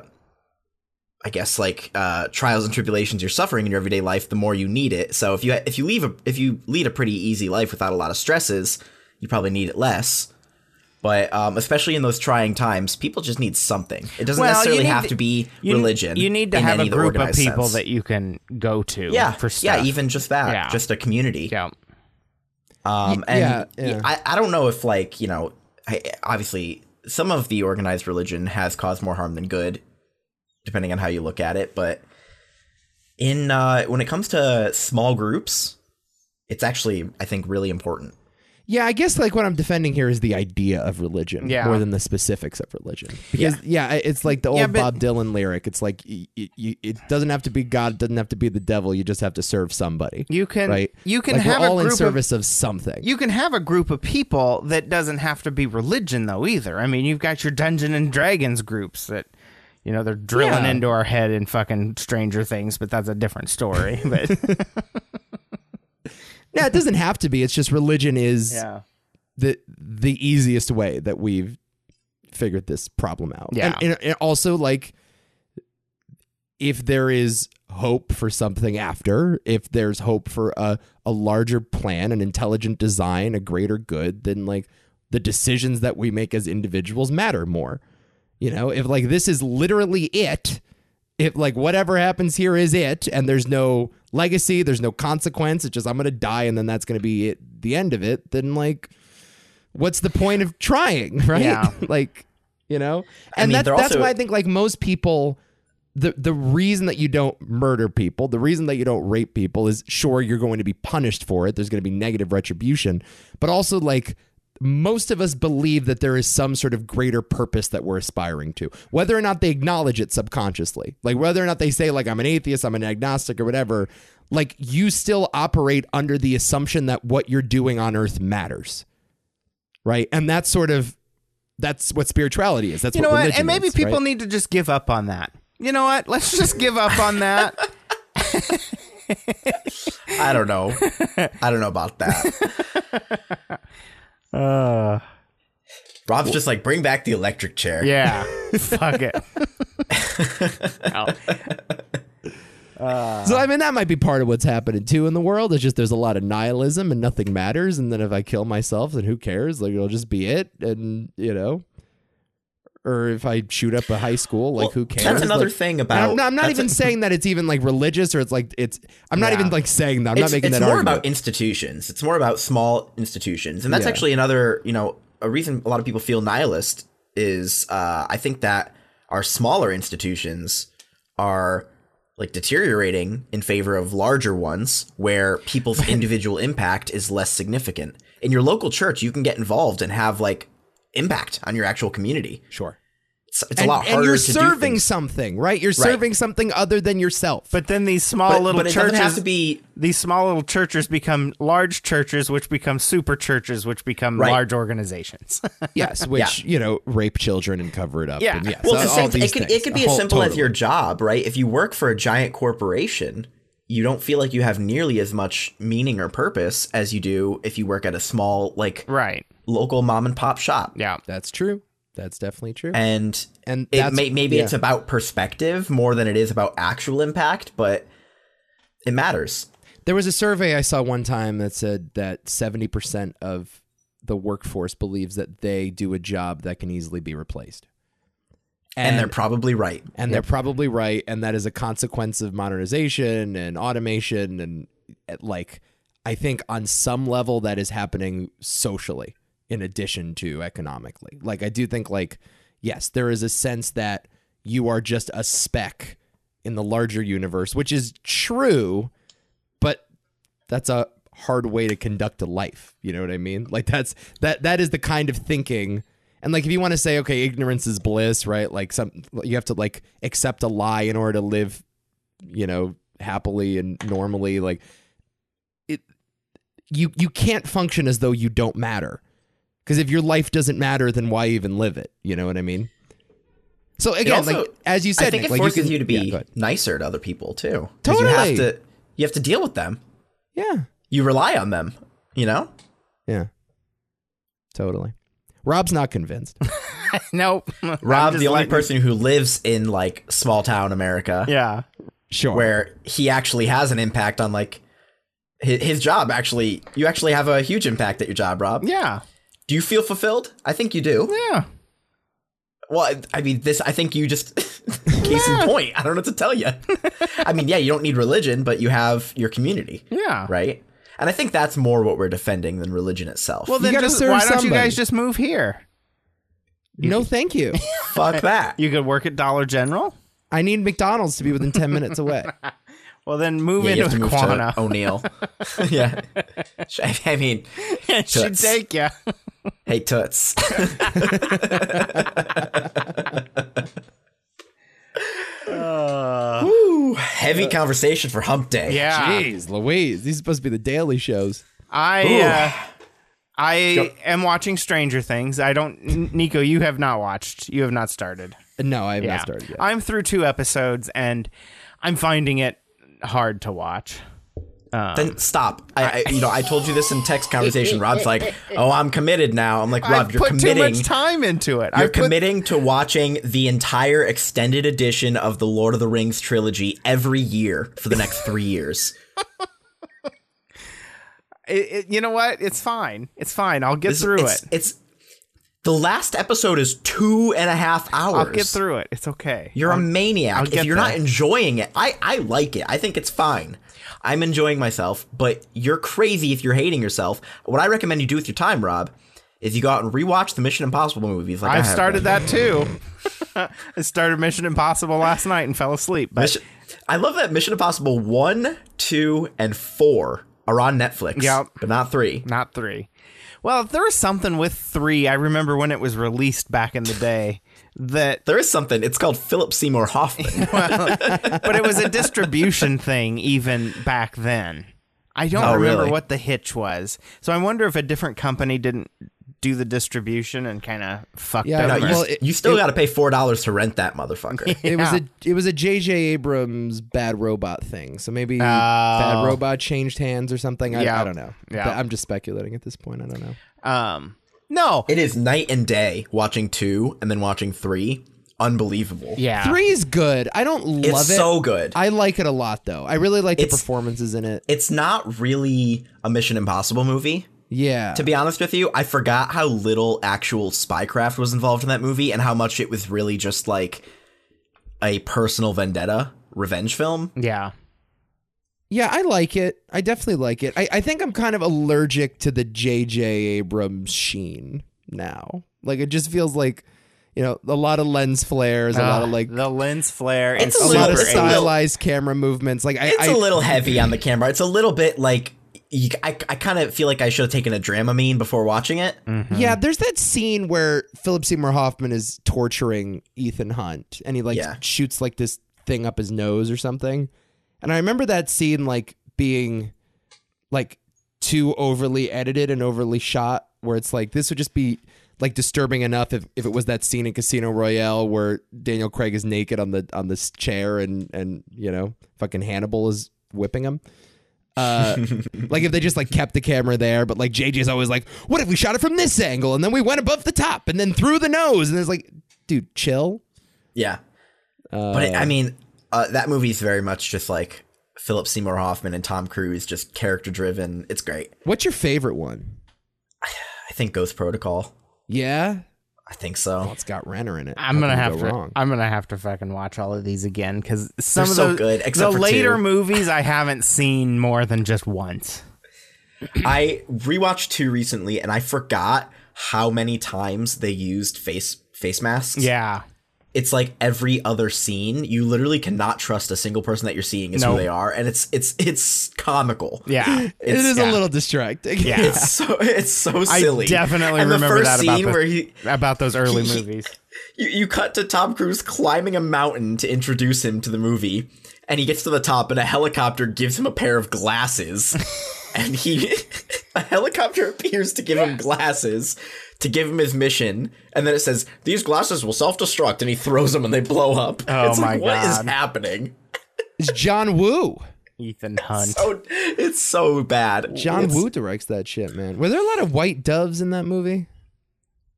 Speaker 4: i guess like uh trials and tribulations you're suffering in your everyday life the more you need it so if you if you leave a if you lead a pretty easy life without a lot of stresses you probably need it less but um, especially in those trying times, people just need something. It doesn't
Speaker 2: Well, you
Speaker 4: necessarily
Speaker 2: need
Speaker 4: have
Speaker 2: to-
Speaker 4: to be
Speaker 2: You-
Speaker 4: religion.
Speaker 2: You need to
Speaker 4: in
Speaker 2: have
Speaker 4: any
Speaker 2: a
Speaker 4: of the
Speaker 2: group of
Speaker 4: organized
Speaker 2: people
Speaker 4: sense.
Speaker 2: that you can go to
Speaker 4: yeah,
Speaker 2: for stuff.
Speaker 4: yeah, even just that,
Speaker 2: Yeah.
Speaker 4: just a community.
Speaker 2: Yeah.
Speaker 4: Um, and
Speaker 3: yeah, yeah.
Speaker 4: I, I don't know if like you know, I, obviously some of the organized religion has caused more harm than good, depending on how you look at it. But in uh, when it comes to small groups, it's actually I think really important.
Speaker 3: Yeah, I guess like what I'm defending here is the idea of religion
Speaker 2: Yeah.
Speaker 3: more than the specifics of religion. Because yeah, I- it's like the old
Speaker 2: Yeah, but-
Speaker 3: Bob Dylan lyric. It's like y- y- y- it doesn't have to be God, it doesn't have to be the devil. You just have to serve somebody.
Speaker 2: You can
Speaker 3: right?
Speaker 2: you can
Speaker 3: Like,
Speaker 2: have
Speaker 3: we're all
Speaker 2: a
Speaker 3: in
Speaker 2: group of
Speaker 3: service of, something.
Speaker 2: you can have a group of people that doesn't have to be religion though either. I mean, you've got your Dungeon and Dragons groups that you know they're drilling
Speaker 3: Yeah.
Speaker 2: into our head in fucking Stranger Things, but that's a different story. But
Speaker 3: no, it doesn't have to be. It's just religion is
Speaker 2: yeah,
Speaker 3: the the easiest way that we've figured this problem out.
Speaker 2: Yeah.
Speaker 3: And, and, and also like if there is hope for something after, if there's hope for a, a larger plan, an intelligent design, a greater good, then like the decisions that we make as individuals matter more. You know, if like this is literally it, if like whatever happens here is it, and there's no legacy, there's no consequence, it's just I'm gonna die and then that's gonna be it, the end of it, then like what's the point of trying, right?
Speaker 2: Yeah.
Speaker 3: like, you know?
Speaker 4: I
Speaker 3: And
Speaker 4: mean,
Speaker 3: that's
Speaker 4: they're
Speaker 3: that's
Speaker 4: also-
Speaker 3: why I think like most people the the reason that you don't murder people, the reason that you don't rape people is sure you're going to be punished for it. There's going to be negative retribution, but also like most of us believe that there is some sort of greater purpose that we're aspiring to, whether or not they acknowledge it subconsciously, like whether or not they say like I'm an atheist, I'm an agnostic, or whatever. Like you still operate under the assumption that what you're doing on earth matters, right? And that's sort of that's what spirituality is. That's
Speaker 2: You
Speaker 3: what
Speaker 2: know what?
Speaker 3: religion
Speaker 2: And maybe
Speaker 3: is,
Speaker 2: people
Speaker 3: right?
Speaker 2: need to just give up on that. You know what? Let's just give up on that.
Speaker 4: I don't know. I don't know about that.
Speaker 2: uh,
Speaker 4: Rob's just like, bring back the electric chair.
Speaker 2: yeah. Fuck it.
Speaker 3: So I mean that might be part of what's happening too in the world. It's just there's a lot of nihilism and nothing matters. And then if I kill myself, then who cares? Like it'll just be it, and you know, or if I shoot up a high school, like
Speaker 4: Well,
Speaker 3: who cares?
Speaker 4: That's another
Speaker 3: Like, and
Speaker 4: thing about.
Speaker 3: I'm not, I'm not
Speaker 4: that's
Speaker 3: even
Speaker 4: a-
Speaker 3: saying that it's even like religious or it's like it's. I'm not
Speaker 2: Yeah.
Speaker 3: even like saying that. I'm
Speaker 4: it's,
Speaker 3: not making
Speaker 4: it's
Speaker 3: that
Speaker 4: more
Speaker 3: argument.
Speaker 4: about institutions. It's more about small institutions, and that's
Speaker 3: Yeah.
Speaker 4: actually another. You know, a reason a lot of people feel nihilist is uh, I think that our smaller institutions are like deteriorating in favor of larger ones where people's individual impact is less significant. In your local church, you can get involved and have like impact on your actual community.
Speaker 3: sure.
Speaker 4: It's, it's
Speaker 3: And,
Speaker 4: a lot
Speaker 3: and
Speaker 4: harder
Speaker 3: you're
Speaker 4: to do
Speaker 3: serving
Speaker 4: things-
Speaker 3: something, right? You're serving something other than yourself.
Speaker 2: But then these small
Speaker 4: but,
Speaker 2: little
Speaker 4: but it doesn't
Speaker 2: churches
Speaker 4: have to be
Speaker 2: these small little churches become large churches which become super churches which become
Speaker 4: Right.
Speaker 2: large organizations.
Speaker 3: yes, which you know, rape children and cover it up.
Speaker 2: Yeah.
Speaker 3: and yes,
Speaker 4: Well, it's
Speaker 3: all
Speaker 4: the same. thing.
Speaker 3: these
Speaker 4: It could,
Speaker 3: things.
Speaker 4: it could be
Speaker 3: Whole-
Speaker 4: as simple as
Speaker 3: totally.
Speaker 4: your job, right? If you work for a giant corporation, you don't feel like you have nearly as much meaning or purpose as you do if you work at a small, like
Speaker 2: right.
Speaker 4: local mom and pop shop.
Speaker 2: Yeah.
Speaker 3: That's true. That's definitely true.
Speaker 4: And
Speaker 3: And
Speaker 4: it
Speaker 3: that's-
Speaker 4: may, maybe
Speaker 3: yeah.
Speaker 4: it's about perspective more than it is about actual impact, but it matters.
Speaker 3: There was a survey I saw one time that said that 70% of the workforce believes that they do a job that can easily be replaced.
Speaker 4: And, they're probably right.
Speaker 3: and they're probably right and that is a consequence of modernization and automation and eh, like I think on some level that is happening socially in addition to economically. Like I do think like yes, there is a sense that you are just a speck in the larger universe, which is true, but that's a hard way to conduct a life you know what i mean like that's that that is the kind of thinking and like if you want to say okay ignorance is bliss right like some you have to like accept a lie in order to live you know happily and normally like it you you can't function as though you don't matter because if your life doesn't matter then why even live it you know what i mean so again
Speaker 4: also-
Speaker 3: like as you said
Speaker 4: I think
Speaker 3: Nick,
Speaker 4: it
Speaker 3: like,
Speaker 4: forces
Speaker 3: can-
Speaker 4: you, to be
Speaker 3: yeah, go ahead.
Speaker 4: nicer to other people too. 'Cause You have
Speaker 3: Totally.
Speaker 4: to, you have to deal with them.
Speaker 3: yeah.
Speaker 4: You rely on them, you know?
Speaker 3: Yeah. Totally. Rob's not convinced.
Speaker 2: Nope.
Speaker 4: Rob, the only person who lives in like small town America,
Speaker 2: Yeah.
Speaker 3: Sure.
Speaker 4: where he actually has an impact on like his, his job. Actually, you actually have a huge impact at your job, Rob.
Speaker 2: Yeah.
Speaker 4: Do you feel fulfilled? I think you do.
Speaker 2: Yeah.
Speaker 4: Well, I, I mean, this. I think you just case in point. I don't know what to tell you. I mean, yeah, you don't need religion, but you have your community,
Speaker 2: Yeah.
Speaker 4: right? And I think that's more what we're defending than religion itself.
Speaker 2: Well, then
Speaker 3: gotta
Speaker 2: just,
Speaker 3: serve
Speaker 2: why don't you
Speaker 3: somebody.
Speaker 2: guys just move here?
Speaker 3: no, thank you.
Speaker 4: fuck that.
Speaker 2: You could work at Dollar General.
Speaker 3: I need McDonald's to be within 10 minutes away.
Speaker 2: Well, then move
Speaker 4: Yeah, you have
Speaker 2: into
Speaker 4: to move
Speaker 2: Aquana.
Speaker 4: to O'Neill. yeah, I mean,
Speaker 2: It should
Speaker 4: Toots.
Speaker 2: take you.
Speaker 4: hey toots.
Speaker 2: Uh,
Speaker 4: Woo, heavy conversation for hump day.
Speaker 2: yeah.
Speaker 3: Jeez Louise. These are supposed to be the daily shows.
Speaker 2: I
Speaker 4: Ooh.
Speaker 2: uh, I
Speaker 4: Go-
Speaker 2: am watching Stranger Things. I don't, N- Nico. You have not watched. You have not started.
Speaker 3: Uh, No, I have not started yet.
Speaker 2: I'm through two episodes, and I'm finding it hard to watch.
Speaker 4: Then stop. I, I you know, I told you this in text conversation. Rob's like, "Oh, I'm committed now." I'm like, "Rob,
Speaker 2: I've
Speaker 4: you're
Speaker 2: put too
Speaker 4: committing.
Speaker 2: much time into it.
Speaker 4: You're
Speaker 2: I've put-
Speaker 4: committing to watching the entire extended edition of the Lord of the Rings trilogy every year for the next 3 years."
Speaker 2: it- it- you know what? It's fine. It's fine. I'll get
Speaker 4: This-
Speaker 2: through
Speaker 4: it's,
Speaker 2: it.
Speaker 4: It's The last episode is two and a half hours.
Speaker 2: I'll get through it. It's okay.
Speaker 4: You're a maniac.
Speaker 2: get
Speaker 4: if you're not
Speaker 2: there.
Speaker 4: enjoying it, I, I like it. I think it's fine. I'm enjoying myself, but you're crazy if you're hating yourself. What I recommend you do with your time, Rob, is you go out and rewatch the Mission Impossible movies. Like I
Speaker 2: I've
Speaker 4: have
Speaker 2: started
Speaker 4: been.
Speaker 2: that too. I started Mission Impossible last night and fell asleep. But
Speaker 4: Mission- I love that Mission Impossible one, two, and four are on Netflix.
Speaker 2: Yep.
Speaker 4: but not three.
Speaker 2: not three. Well, there was something with three. I remember when it was released back in the day that,
Speaker 4: There is something. It's called Philip Seymour Hoffman.
Speaker 2: but it was a distribution thing even back then. I don't
Speaker 4: Oh,
Speaker 2: remember
Speaker 4: really?
Speaker 2: what the hitch was. So I wonder if a different company didn't do the distribution and kind of fucked
Speaker 3: Yeah,
Speaker 4: No,
Speaker 2: over.
Speaker 4: you,
Speaker 3: Well,
Speaker 4: s-
Speaker 3: it-
Speaker 4: you still
Speaker 3: it-
Speaker 4: got to pay four dollars to rent that motherfucker.
Speaker 3: It was
Speaker 2: Yeah.
Speaker 3: a it was a J.J. Abrams bad robot thing. So maybe bad robot changed hands or something. I,
Speaker 2: Oh. Yeah.
Speaker 3: I don't know.
Speaker 2: Yeah.
Speaker 3: But I'm just speculating at this point. I don't know.
Speaker 2: um, no.
Speaker 4: it is night and day watching two and then watching three. Unbelievable.
Speaker 2: yeah.
Speaker 3: Three's good. I don't love
Speaker 4: it's
Speaker 3: it.
Speaker 4: so good.
Speaker 3: I like it a lot though. I really like the
Speaker 4: It's-
Speaker 3: performances in it.
Speaker 4: it's not really a Mission Impossible movie.
Speaker 3: Yeah.
Speaker 4: To be honest with you, I forgot how little actual spycraft was involved in that movie and how much it was really just like a personal vendetta revenge film.
Speaker 2: Yeah.
Speaker 3: Yeah, I like it. I definitely like it. I, I think I'm kind of allergic to the J.J. Abrams sheen now. Like it just feels like, you know, a lot of lens flares, a lot of
Speaker 2: Uh,
Speaker 3: like
Speaker 2: the lens flare and
Speaker 4: It's a
Speaker 3: a
Speaker 2: super
Speaker 3: lot of
Speaker 4: Ah, Super eight.
Speaker 3: stylized camera movements. Like I, I
Speaker 4: It's a little heavy on the camera. It's a little bit like you, I, I kind of feel like I should have taken a Dramamine before watching it.
Speaker 3: yeah, there's that scene where Philip Seymour Hoffman is torturing Ethan Hunt, and he like
Speaker 4: Yeah.
Speaker 3: shoots like this thing up his nose or something. And I remember that scene like being like too overly edited and overly shot, where it's like this would just be like disturbing enough if, if it was that scene in Casino Royale where Daniel Craig is naked on the on this chair and and you know fucking Hannibal is whipping him. Uh, like if they just like kept the camera there, but like JJ's always like, what if we shot it from this angle and then we went above the top and then through the nose and it's like, dude, chill.
Speaker 4: Yeah. but
Speaker 3: Oh.
Speaker 4: it, I mean, uh, that movie is very much just like Philip Seymour Hoffman and Tom Cruise, just character driven. It's great.
Speaker 3: What's your favorite one?
Speaker 4: I think Ghost Protocol.
Speaker 3: Yeah,
Speaker 4: I think so.
Speaker 3: well, it's got Renner in it.
Speaker 2: I'm
Speaker 3: How
Speaker 2: gonna
Speaker 3: can you
Speaker 2: have
Speaker 3: go
Speaker 2: to.
Speaker 3: wrong.
Speaker 2: I'm gonna have to fucking watch all of these again because some
Speaker 4: They're
Speaker 2: of
Speaker 4: so
Speaker 2: those,
Speaker 4: good, except
Speaker 2: the
Speaker 4: for
Speaker 2: later
Speaker 4: two.
Speaker 2: movies I haven't seen more than just once.
Speaker 4: I rewatched two recently, and I forgot how many times they used face face masks.
Speaker 2: Yeah,
Speaker 4: it's like every other scene. You literally cannot trust a single person that you're seeing is who
Speaker 2: No.
Speaker 4: they are, and it's it's it's comical.
Speaker 2: yeah,
Speaker 3: It
Speaker 4: It's-
Speaker 3: is
Speaker 2: yeah.
Speaker 3: a little distracting.
Speaker 2: Yeah.
Speaker 4: It's so it's so
Speaker 2: I
Speaker 4: silly.
Speaker 2: definitely
Speaker 4: and
Speaker 2: remember
Speaker 4: the first
Speaker 2: that about
Speaker 4: scene
Speaker 2: the-
Speaker 4: where he
Speaker 2: about those early
Speaker 4: He- he-
Speaker 2: movies.
Speaker 4: you, you cut to Tom Cruise climbing a mountain to introduce him to the movie, and he gets to the top, and a helicopter gives him a pair of glasses, and he a helicopter appears to give him glasses to give him his mission, and then it says these glasses will self destruct, and he throws them and they blow up.
Speaker 2: Oh
Speaker 4: it's like,
Speaker 2: my
Speaker 4: What is
Speaker 2: God.
Speaker 4: happening?
Speaker 3: It's John Woo.
Speaker 2: Ethan Hunt.
Speaker 4: So Oh, it's so bad.
Speaker 3: John
Speaker 4: It's-
Speaker 3: Woo directs that shit, man. Were there a lot of white doves in that movie?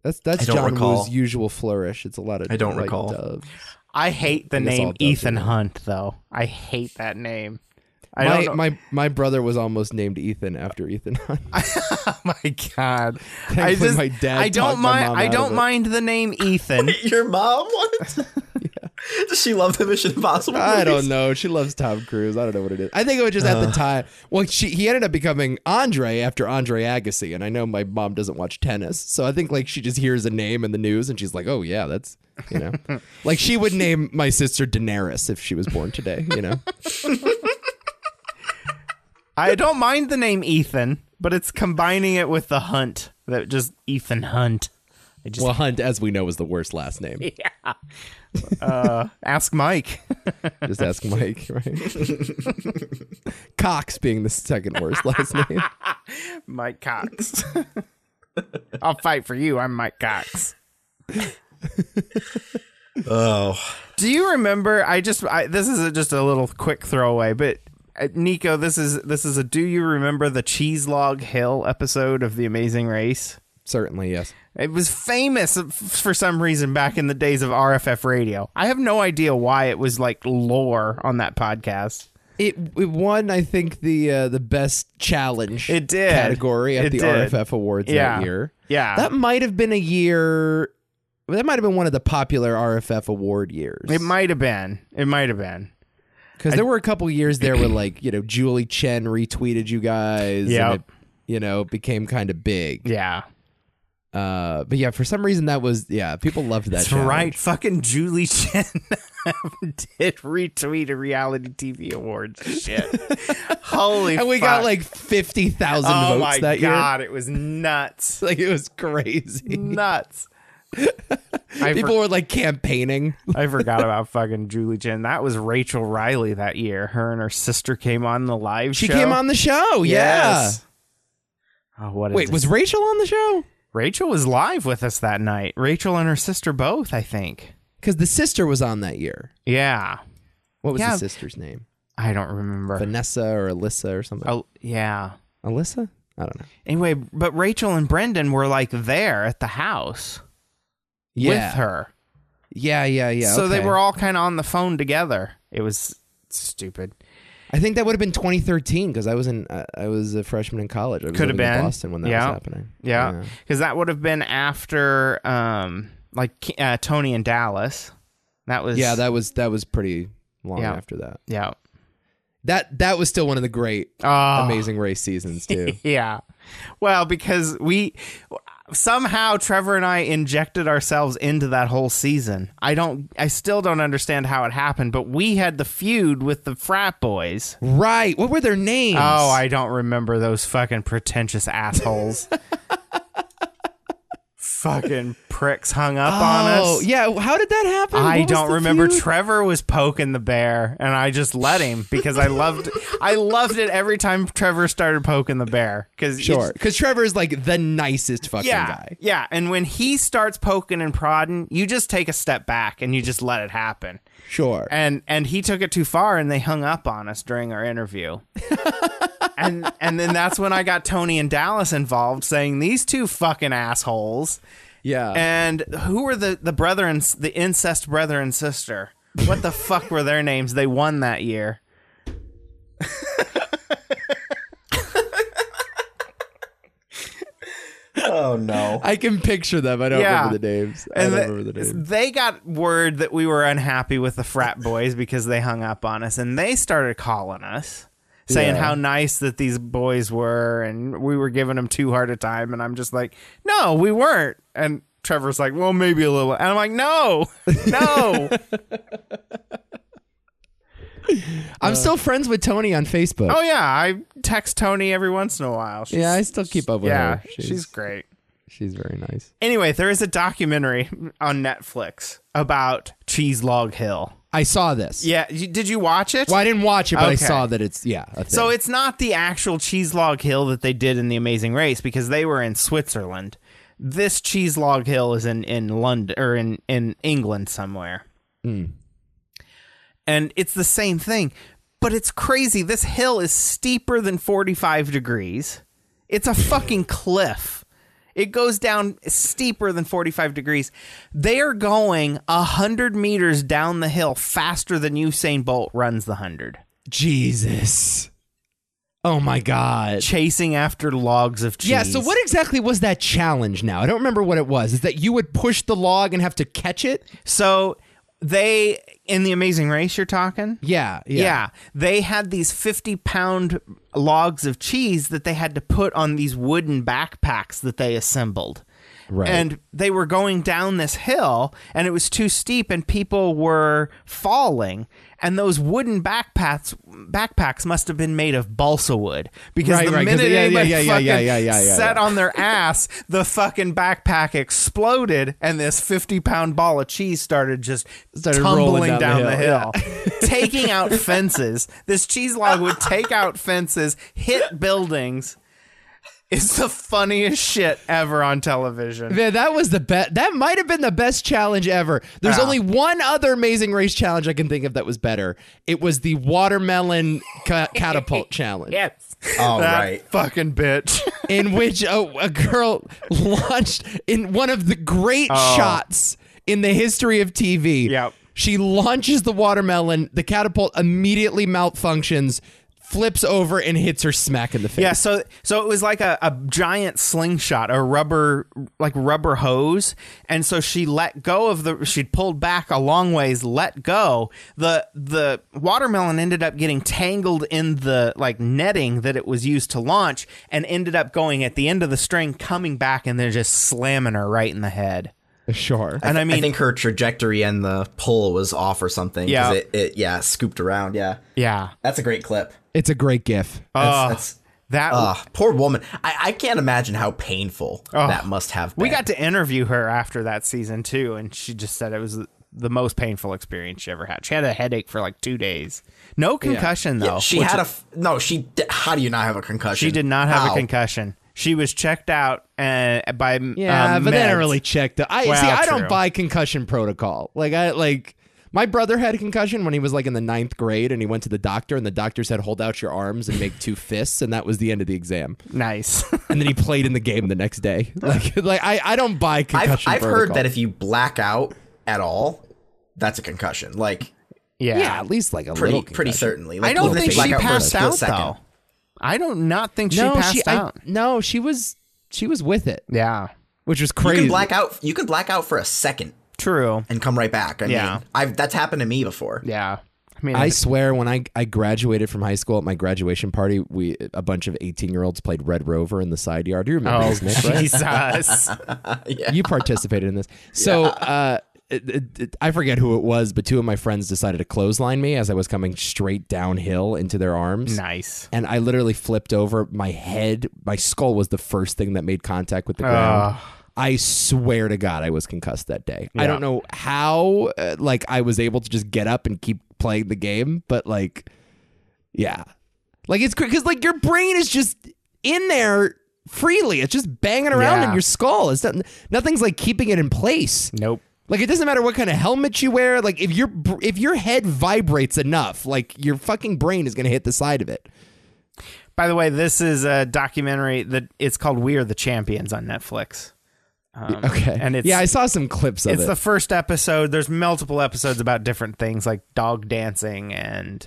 Speaker 3: That's that's
Speaker 4: I don't
Speaker 3: John
Speaker 4: recall.
Speaker 3: Woo's usual flourish. It's a lot of
Speaker 4: I don't
Speaker 3: white
Speaker 4: recall.
Speaker 3: doves.
Speaker 2: I hate the
Speaker 3: guess I'll
Speaker 2: name
Speaker 3: doubt
Speaker 2: Ethan
Speaker 3: it.
Speaker 2: Hunt though. I hate that name. I
Speaker 3: My,
Speaker 2: don't know.
Speaker 3: my my brother was almost named Ethan after Ethan Hunt.
Speaker 2: oh my god! I
Speaker 3: Thankfully,
Speaker 2: just
Speaker 3: my dad
Speaker 2: I
Speaker 3: talked
Speaker 2: don't
Speaker 3: my
Speaker 2: mind.
Speaker 3: mom
Speaker 2: I
Speaker 3: out of
Speaker 2: don't
Speaker 3: it.
Speaker 2: mind the name Ethan.
Speaker 4: Your mom? What? Does she love the Mission Impossible?
Speaker 3: I
Speaker 4: movies?
Speaker 3: don't know. She loves Tom Cruise. I don't know what it is. I think it was just at the time. Well, she he ended up becoming Andre after Andre Agassi, and I know my mom doesn't watch tennis, so I think like she just hears a name in the news and she's like, "Oh yeah, that's you know." like she would name my sister Daenerys if she was born today, you know.
Speaker 2: I don't mind the name Ethan, but it's combining it with the Hunt that just Ethan Hunt. I just
Speaker 3: Well, Hunt, as we know, is the worst last name.
Speaker 2: ask Mike.
Speaker 3: Just ask Mike, right? Cox being the second worst last name.
Speaker 2: Mike Cox. I'll fight for you. I'm Mike Cox.
Speaker 4: Oh,
Speaker 2: Do you remember? I just I, this is a, just a little quick throwaway, but uh, Nico, this is this is a. Do you remember the Cheese Log Hill episode of The Amazing Race?
Speaker 3: Certainly, yes.
Speaker 2: It was famous f- for some reason back in the days of RFF radio. I have no idea why it was like lore on that podcast.
Speaker 3: It it won, I think, the uh, the best challenge
Speaker 2: It did.
Speaker 3: category at
Speaker 2: It
Speaker 3: the
Speaker 2: did.
Speaker 3: RFF Awards
Speaker 2: Yeah.
Speaker 3: that year.
Speaker 2: Yeah.
Speaker 3: That might have been a year. That might have been one of the popular RFF award years.
Speaker 2: it might have been. It might have been.
Speaker 3: because there were a couple years there where like you know Julie Chen retweeted you guys. and
Speaker 2: Yep.
Speaker 3: it, you know, it became kind of big.
Speaker 2: Yeah.
Speaker 3: Uh, but yeah, for some reason that was yeah, people loved that.
Speaker 2: That's
Speaker 3: challenge.
Speaker 2: right. Fucking Julie Chen did retweet a reality TV awards shit. Holy
Speaker 3: and we
Speaker 2: fuck.
Speaker 3: got like fifty thousand
Speaker 2: Oh my
Speaker 3: votes that
Speaker 2: god, it was nuts.
Speaker 3: year. Like it was crazy.
Speaker 2: nuts. I,
Speaker 3: People
Speaker 2: for-
Speaker 3: were like campaigning.
Speaker 2: I forgot about fucking Julie Chen. That was Rachel Riley that year. Her and her sister came on the live
Speaker 3: She
Speaker 2: show.
Speaker 3: came on the show.
Speaker 2: Yes. Oh, what a
Speaker 3: Yeah. Wait,
Speaker 2: dis-
Speaker 3: was Rachel on the show?
Speaker 2: Rachel was live with us that night. Rachel and her sister both, I think.
Speaker 3: Because the sister was on that year.
Speaker 2: Yeah.
Speaker 3: What was
Speaker 2: Yeah.
Speaker 3: the sister's name?
Speaker 2: I don't remember.
Speaker 3: Vanessa or Alyssa or something.
Speaker 2: oh, yeah.
Speaker 3: Alyssa? I don't know.
Speaker 2: Anyway, but Rachel and Brendan were like there at the house with her.
Speaker 3: Yeah, yeah, yeah.
Speaker 2: so they
Speaker 3: okay.
Speaker 2: were all kind of on the phone together. It was stupid.
Speaker 3: I think that would have been 2013 because I was in. I I was a freshman in college. I was
Speaker 2: Could have
Speaker 3: living in
Speaker 2: been.
Speaker 3: Boston when that
Speaker 2: Yeah.
Speaker 3: was happening.
Speaker 2: Yeah, because that would have been after um like K- uh, Tony and Dallas. That was
Speaker 3: Yeah, that was that was pretty long
Speaker 2: Yeah.
Speaker 3: after that.
Speaker 2: yeah
Speaker 3: That that was still one of the great
Speaker 2: oh,
Speaker 3: amazing race seasons too.
Speaker 2: yeah. Well, because we somehow Trevor and I injected ourselves into that whole season. I don't. I still don't understand how it happened, but we had the feud with the frat boys.
Speaker 3: right. What were their names?
Speaker 2: Oh, I don't remember those fucking pretentious assholes. fucking pricks hung up on us.
Speaker 3: Oh, yeah. How did that happen? What
Speaker 2: I
Speaker 3: was
Speaker 2: don't
Speaker 3: the
Speaker 2: remember.
Speaker 3: feud?
Speaker 2: Trevor was poking the bear, and I just let him because I loved. I loved it every time Trevor started poking the bear because
Speaker 3: Sure, because Trevor is like the nicest fucking
Speaker 2: yeah,
Speaker 3: guy.
Speaker 2: yeah. And when he starts poking and prodding, you just take a step back and you just let it happen.
Speaker 3: Sure.
Speaker 2: And and he took it too far, and they hung up on us during our interview. and and then that's when I got Tony and Dallas involved, saying these two fucking assholes.
Speaker 3: yeah.
Speaker 2: And who were the the brother and s- the incest brother and sister? What the fuck were their names? They won that year.
Speaker 4: Oh no.
Speaker 3: I can picture them. I don't
Speaker 2: Yeah.
Speaker 3: remember the names. I
Speaker 2: And
Speaker 3: don't
Speaker 2: the-
Speaker 3: remember the names.
Speaker 2: they got word that we were unhappy with the frat boys because they hung up on us, and they started calling us, saying
Speaker 3: Yeah.
Speaker 2: how nice that these boys were, and we were giving them too hard a time. And I'm just like, no, we weren't. And Trevor's like, well, maybe a little. And I'm like, no, no.
Speaker 3: I'm still friends with Tony on Facebook.
Speaker 2: oh yeah, I text Tony every once in a while. She's,
Speaker 3: yeah, I still keep up with
Speaker 2: yeah,
Speaker 3: her. She's,
Speaker 2: she's
Speaker 3: she's
Speaker 2: great.
Speaker 3: very nice.
Speaker 2: Anyway, there is a documentary on Netflix about Cheese Log Hill.
Speaker 3: I saw this.
Speaker 2: Yeah, you, did you watch it?
Speaker 3: Well, I didn't watch it, but I
Speaker 2: Okay.
Speaker 3: saw that it's yeah. A thing.
Speaker 2: So it's not the actual Cheese Log Hill that they did in The Amazing Race because they were in Switzerland. This Cheese Log Hill is in in London or in in England somewhere. And it's the same thing, but it's crazy. This hill is steeper than 45 degrees. It's a fucking cliff. It goes down steeper than 45 degrees. They are going 100 meters down the hill faster than Usain Bolt runs the 100
Speaker 3: Jesus. Oh my God.
Speaker 2: chasing after logs of cheese.
Speaker 3: Yeah. So what exactly was that challenge? Now I don't remember what it was. Is that you would push the log and have to catch it?
Speaker 2: So they in the Amazing Race you're talking.
Speaker 3: Yeah. Yeah.
Speaker 2: they had these 50 pound logs of cheese that they had to put on these wooden backpacks that they assembled.
Speaker 3: Right.
Speaker 2: And they were going down this hill and it was too steep and people were falling and those wooden backpacks backpacks must have been made of balsa wood because
Speaker 3: Right,
Speaker 2: the
Speaker 3: right, 'cause
Speaker 2: minute
Speaker 3: they- yeah, yeah,
Speaker 2: anybody
Speaker 3: yeah, yeah,
Speaker 2: fucking
Speaker 3: yeah, yeah, yeah, yeah,
Speaker 2: sat
Speaker 3: yeah.
Speaker 2: on their ass the fucking backpack exploded and this 50 pound ball of cheese started just
Speaker 3: Started
Speaker 2: tumbling
Speaker 3: rolling
Speaker 2: down,
Speaker 3: down
Speaker 2: the
Speaker 3: the
Speaker 2: hill, taking out fences. This cheese log would take out fences, hit buildings. It's the funniest shit ever on television.
Speaker 3: Man, that was the best. That might have been the best challenge ever. There's
Speaker 2: Yeah.
Speaker 3: only one other amazing race challenge I can think of that was better. It was the watermelon ca- catapult challenge,
Speaker 2: Yes.
Speaker 4: All
Speaker 2: that
Speaker 4: right.
Speaker 2: Fucking bitch.
Speaker 3: in which a, a girl launched in one of the great shots in the history of TV.
Speaker 2: Oh. Yep.
Speaker 3: She launches the watermelon. The catapult immediately malfunctions, flips over, and hits her smack in the face.
Speaker 2: Yeah, so so it was like a, a giant slingshot, a rubber like rubber hose, and so she let go of the she pulled back a long ways, let go. The the watermelon ended up getting tangled in the like netting that it was used to launch and ended up going at the end of the string, coming back and then just slamming her right in the head.
Speaker 3: Sure.
Speaker 2: And I,
Speaker 4: I,
Speaker 2: mean
Speaker 4: think her trajectory and the pull was off or something. 'cause
Speaker 2: Yeah.
Speaker 4: It, it yeah scooped around. Yeah.
Speaker 2: Yeah. Ah.
Speaker 4: That's a great clip.
Speaker 3: It's a great gif.
Speaker 4: That's,
Speaker 2: Ugh.
Speaker 4: that's
Speaker 2: That
Speaker 4: ugh, poor woman. I, I can't imagine how painful that must have
Speaker 2: Ah.
Speaker 4: been.
Speaker 2: we got to interview her after that season too, and she just said it was the- the most painful experience she ever had. She had a headache for like two days. No concussion
Speaker 4: Yeah,
Speaker 2: though.
Speaker 4: she had a f- no. She di- how do you not have a concussion?
Speaker 2: She did not have
Speaker 4: How?
Speaker 2: a concussion. She was checked out and by
Speaker 3: Yeah,
Speaker 2: uh,
Speaker 3: but then I
Speaker 2: meds.
Speaker 3: really checked. The, I
Speaker 2: Well,
Speaker 3: see. I
Speaker 2: true.
Speaker 3: don't buy concussion protocol. Like I like my brother had a concussion when he was like in the ninth grade, and he went to the doctor, and the doctor said, "Hold out your arms and make two fists," and that was the end of the exam.
Speaker 2: nice.
Speaker 3: And then he played in the game the next day. Like like I, I don't buy
Speaker 4: I've,
Speaker 3: concussion.
Speaker 4: I've
Speaker 3: protocol.
Speaker 4: heard that if you black out at all, that's a concussion. Like
Speaker 2: yeah.
Speaker 3: yeah, at least like a
Speaker 4: pretty
Speaker 3: little.
Speaker 4: pretty
Speaker 3: concussion.
Speaker 4: certainly. Like,
Speaker 2: I don't
Speaker 4: even if
Speaker 2: think
Speaker 4: you black
Speaker 2: she
Speaker 4: for a
Speaker 2: passed
Speaker 4: split
Speaker 2: out
Speaker 4: second.
Speaker 2: though. I don't not think she
Speaker 3: no,
Speaker 2: passed
Speaker 3: she I-
Speaker 2: out.
Speaker 3: no, she was she was with it,
Speaker 2: yeah.
Speaker 3: which was
Speaker 4: You
Speaker 3: crazy.
Speaker 4: can black out. You can black out for a second
Speaker 2: True.
Speaker 4: and come right back. I
Speaker 2: Yeah.
Speaker 4: mean, I've that's happened to me before.
Speaker 2: Yeah. I mean,
Speaker 3: I swear, when I, I graduated from high school at my graduation party, we a bunch of eighteen year olds played Red Rover in the side yard. You remember
Speaker 2: oh
Speaker 3: this, Nick? right?
Speaker 2: Jesus.
Speaker 3: You participated in this. So uh, it- it- it- I forget who it was, but two of my friends decided to clothesline me as I was coming straight downhill into their arms.
Speaker 2: nice.
Speaker 3: And I literally flipped over. My head, my skull was the first thing that made contact with the ground. I swear to God, I was concussed that day. I don't know how, uh, like, I was able to just get up and keep playing the game, but like, yeah, like it's because like your brain is just in there freely. It's just banging around
Speaker 2: Yeah.
Speaker 3: in your skull. It's not, nothing's like keeping it in place.
Speaker 2: Nope.
Speaker 3: Like it doesn't matter what kind of helmet you wear. Like if your br- if your head vibrates enough, like your fucking brain is gonna hit the side of it.
Speaker 2: By the way, this is a documentary that it's called "We Are the Champions" on Netflix. Um,
Speaker 3: Okay.
Speaker 2: and it's
Speaker 3: yeah, I saw some clips of
Speaker 2: it's
Speaker 3: it.
Speaker 2: the first episode. There's multiple episodes about different things like dog dancing and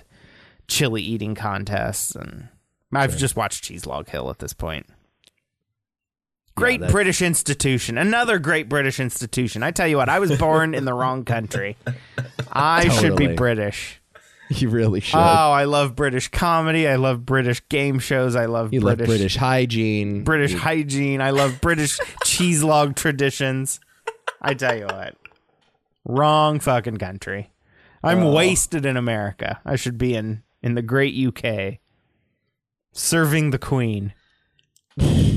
Speaker 2: chili eating contests, and I've just watched Cheese Log Hill at this point. Great
Speaker 3: that-
Speaker 2: British institution, another great British institution. I tell you what, I was born in the wrong country. I should be
Speaker 3: Totally.
Speaker 2: British.
Speaker 3: you really should.
Speaker 2: Oh, I love British comedy. I love British game shows. I love
Speaker 3: you love
Speaker 2: British
Speaker 3: British hygiene.
Speaker 2: British hygiene. I love British cheese log traditions. I tell you what, wrong fucking country. I'm
Speaker 3: Oh.
Speaker 2: wasted in America. I should be in in the great UK, serving the Queen.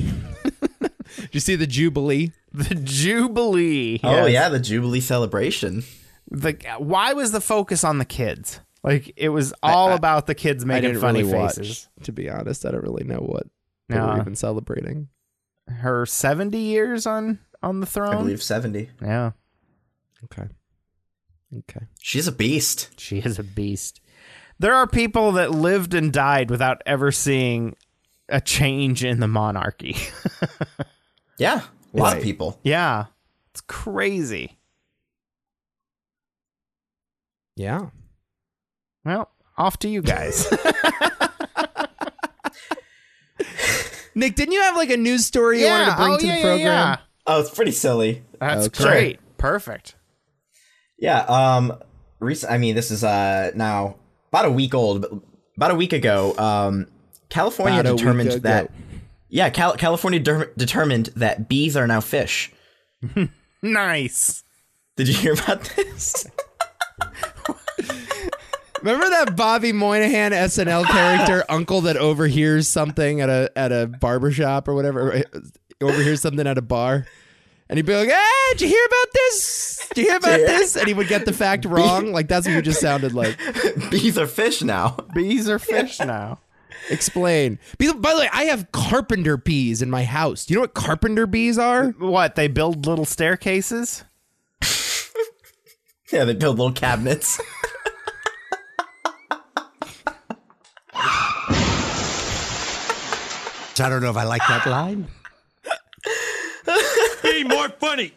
Speaker 3: Did you see the Jubilee?
Speaker 2: The Jubilee.
Speaker 4: Oh
Speaker 2: yes.
Speaker 4: yeah, the Jubilee celebration.
Speaker 2: The why was the focus on the kids? Like it was all about the kids
Speaker 3: I
Speaker 2: making
Speaker 3: didn't
Speaker 2: funny
Speaker 3: really
Speaker 2: faces.
Speaker 3: watch. To be honest, I don't really know what they
Speaker 2: Yeah.
Speaker 3: were even celebrating.
Speaker 2: Her 70 years on on the throne.
Speaker 4: I
Speaker 3: Oh.
Speaker 4: believe seventy.
Speaker 2: Yeah.
Speaker 3: Okay. Okay.
Speaker 4: She's a beast.
Speaker 2: She is a beast. There are people that lived and died without ever seeing a change in the monarchy.
Speaker 4: Yeah, a lot
Speaker 3: Right.
Speaker 4: of people.
Speaker 2: yeah. It's crazy.
Speaker 3: Yeah.
Speaker 2: Well, off to you guys.
Speaker 3: Nick, didn't you have like a news story you wanted to bring
Speaker 2: oh,
Speaker 3: to
Speaker 2: yeah,
Speaker 3: the
Speaker 2: yeah,
Speaker 3: program?
Speaker 2: yeah.
Speaker 4: Oh, it's pretty silly.
Speaker 2: That's
Speaker 3: Okay.
Speaker 2: great. Perfect.
Speaker 4: Yeah. Um. Recent. I mean, this is uh now about a week old. But about a week ago, um, California
Speaker 3: About a week
Speaker 4: determined
Speaker 3: ago.
Speaker 4: that. Yeah, Cal- California der- determined that bees are now fish.
Speaker 2: Nice.
Speaker 4: Did you hear about this?
Speaker 3: Remember that Bobby Moynihan SNL character, uncle that overhears something at a at a barbershop or whatever, or overhears something at a bar, and he'd be like, "Ah, did you hear about this? Did you hear about this?" And he would get the fact wrong. Like that's what you just sounded like.
Speaker 4: bees are fish now.
Speaker 2: Bees are fish now.
Speaker 3: Explain. Be- By the way, I have carpenter bees in my house. Do you know what carpenter bees are?
Speaker 2: What? They build little staircases?
Speaker 4: Yeah, they build little cabinets.
Speaker 1: I don't know if I like that line. Be more funny.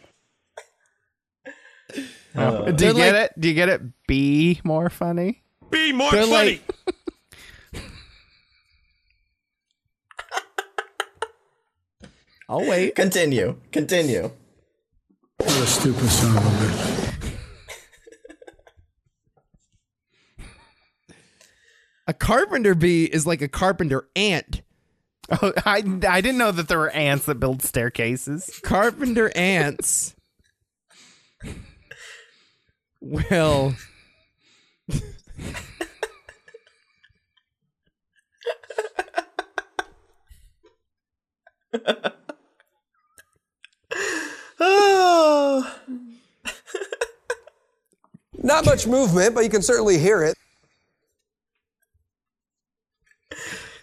Speaker 2: Do you
Speaker 3: They're
Speaker 2: get it? Do you get it? Be more funny.
Speaker 5: Be more
Speaker 3: They're
Speaker 5: funny.
Speaker 3: like- I'll wait.
Speaker 4: Continue. Continue.
Speaker 6: You're a stupid son of a bitch.
Speaker 3: A carpenter bee is like a carpenter ant.
Speaker 2: Oh, I I didn't know that there were ants that build staircases.
Speaker 3: Carpenter ants will
Speaker 7: Not much movement, but you can certainly hear it.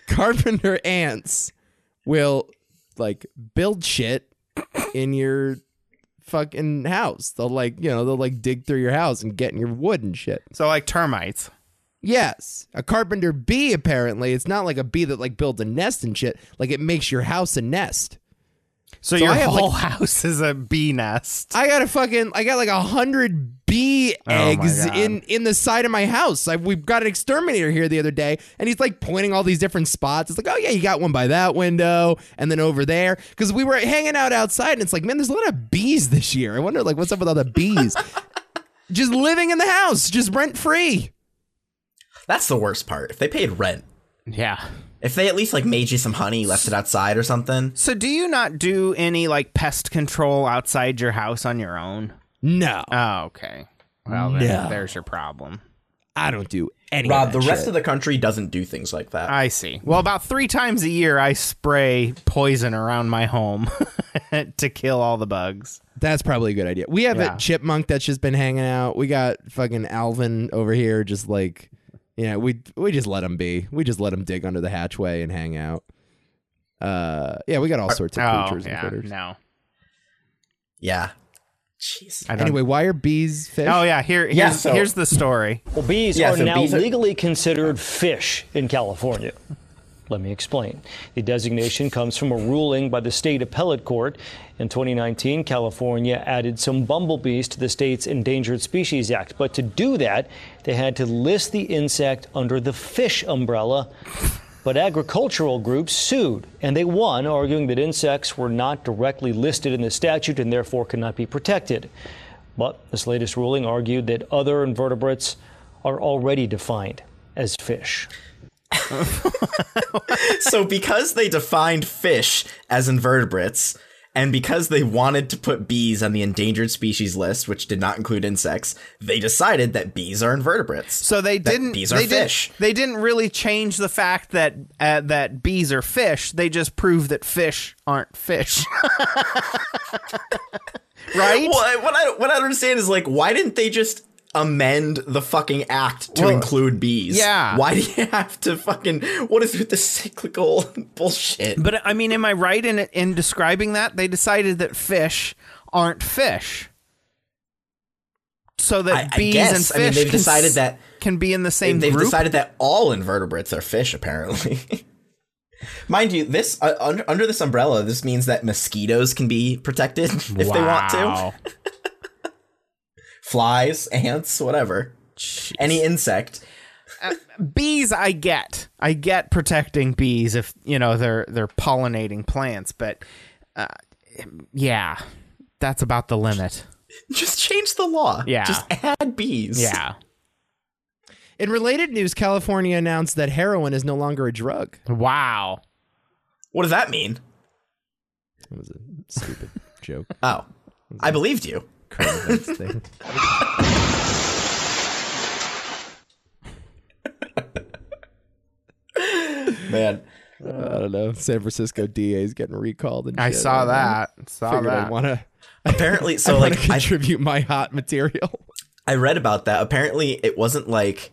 Speaker 3: carpenter ants will like build shit in your fucking house. They'll like, you know, they'll like dig through your house and get in your wood and shit.
Speaker 2: So like termites.
Speaker 3: Yes, a carpenter bee apparently. It's not like a bee that like builds a nest and shit. Like it makes your house a nest.
Speaker 2: So, your
Speaker 3: I have, like-
Speaker 2: whole house is a bee nest.
Speaker 3: I got a fucking I got like a hundred bee
Speaker 4: Oh
Speaker 2: my
Speaker 3: eggs
Speaker 2: God.
Speaker 3: in in the side of my house. I, we've got an exterminator here the other day, and he's like pointing all these different spots. It's like, oh yeah, you got one by that window, and then over there. Because we were hanging out outside, and it's like, man, there's a lot of bees this year. I wonder like what's up with all the bees. just living in the house, just rent free.
Speaker 4: That's the worst part. If they paid rent,
Speaker 2: Yeah.
Speaker 4: if they at least like made you some honey, left it outside or something.
Speaker 2: So do you not do any like pest control outside your house on your own?
Speaker 3: No,
Speaker 2: Oh, okay. Well, then,
Speaker 3: No.
Speaker 2: there's your problem.
Speaker 3: I don't do any.
Speaker 4: Rob,
Speaker 3: of
Speaker 4: the
Speaker 3: that
Speaker 4: rest
Speaker 3: shit.
Speaker 4: of the country doesn't do things like that.
Speaker 2: I see. Well, about three times a year, I spray poison around my home to kill all the bugs.
Speaker 3: That's probably a good idea. We have
Speaker 2: Yeah.
Speaker 3: a chipmunk that's just been hanging out. We got fucking Alvin over here, just like, yeah, we we just let him be. We just let him dig under the hatchway and hang out. Uh, yeah, we got all sorts of creatures
Speaker 2: oh, yeah,
Speaker 3: and critters.
Speaker 2: no.
Speaker 4: yeah. Jeez.
Speaker 2: I don't.
Speaker 3: Anyway, why are bees fish?
Speaker 2: Oh yeah, here here's,
Speaker 4: Yeah, so-
Speaker 2: here's the story.
Speaker 8: Well, bees
Speaker 4: Yeah,
Speaker 8: are
Speaker 4: so
Speaker 8: now
Speaker 4: bees are-
Speaker 8: legally considered fish in California. Let me explain. The designation comes from a ruling by the state appellate court. In 2019, California added some bumblebees to the state's Endangered Species Act. But to do that, they had to list the insect under the fish umbrella. But agricultural groups sued, and they won, arguing that insects were not directly listed in the statute and therefore could not be protected. But this latest ruling argued that other invertebrates are already defined as fish.
Speaker 4: so because they defined fish as invertebrates and because they wanted to put bees on the endangered species list which did not include insects they decided that bees are invertebrates
Speaker 2: So they
Speaker 4: That
Speaker 2: didn't.
Speaker 4: bees are
Speaker 2: they
Speaker 4: fish.
Speaker 2: Didn't, they didn't really change the fact that uh, that bees are fish. They just proved that fish aren't fish. right?
Speaker 4: well, I- what, I, what i don't understand is like why didn't they just amend the fucking act to include bees
Speaker 2: yeah.
Speaker 4: why do you have to fucking what is with the cyclical bullshit
Speaker 2: But I mean, am I right in in describing that they decided that fish aren't fish? So
Speaker 4: I-
Speaker 2: that
Speaker 4: I
Speaker 2: bees and
Speaker 4: guess.
Speaker 2: fish
Speaker 4: I mean, they've
Speaker 2: can s-
Speaker 4: decided that-
Speaker 2: can be in the same
Speaker 4: they've
Speaker 2: group.
Speaker 4: decided that all invertebrates are fish apparently mind you this uh, under, under this umbrella this means that mosquitoes can be protected if they want to
Speaker 2: Wow.
Speaker 4: flies ants whatever any insect
Speaker 2: bees I get. I get protecting bees if, you know, they're they're pollinating plants, but uh, yeah. That's about the limit.
Speaker 4: just change the law
Speaker 2: Yeah.
Speaker 4: just add bees
Speaker 2: Yeah.
Speaker 3: In related news, California announced that heroin is no longer a drug.
Speaker 2: Wow.
Speaker 4: what does that mean
Speaker 3: It was a stupid joke.
Speaker 4: oh i believed you
Speaker 3: Current events thing.
Speaker 4: man
Speaker 3: I don't know. San Francisco DA is getting recalled. And
Speaker 2: I
Speaker 3: shit.
Speaker 2: saw that. Saw
Speaker 3: Figured
Speaker 2: that.
Speaker 3: I want to.
Speaker 4: apparently so
Speaker 3: I want to
Speaker 4: like I,
Speaker 3: contribute my hot material.
Speaker 4: I read about that apparently it wasn't like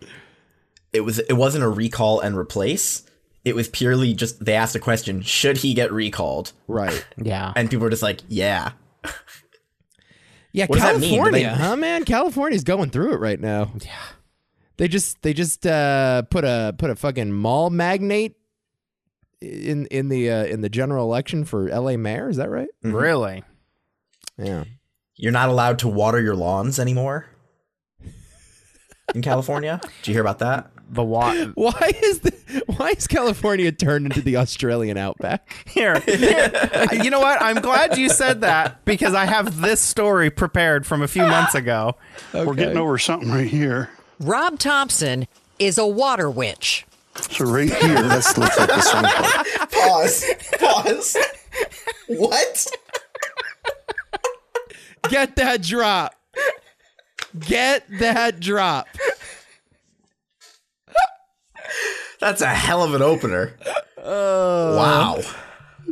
Speaker 4: it was it wasn't a recall and replace it was purely just they asked a question should he get recalled
Speaker 3: Right.
Speaker 2: yeah.
Speaker 4: and people were just like yeah
Speaker 3: Yeah,
Speaker 4: What does that mean? Do
Speaker 3: California,
Speaker 4: they-
Speaker 3: huh, man? California's going through it right now. Yeah, they just they just uh, put a put a fucking mall magnate in in the uh, in the general election for L.A. mayor. Is that right?
Speaker 2: Really?
Speaker 3: Yeah,
Speaker 4: You're not allowed to water your lawns anymore in California. Did you hear about that?
Speaker 2: The water.
Speaker 3: Why is the, why is California turned into the Australian outback?
Speaker 2: Here, here. You know what? I'm glad you said that because I have this story prepared from a few months ago.
Speaker 6: We're getting over something right here.
Speaker 5: Rob Thompson is a water witch.
Speaker 6: So right here, that's looks like the sun. part.
Speaker 4: Pause. Pause. What?
Speaker 3: Get that drop. Get that drop.
Speaker 4: That's a hell of an opener.
Speaker 5: Oh.
Speaker 4: wow.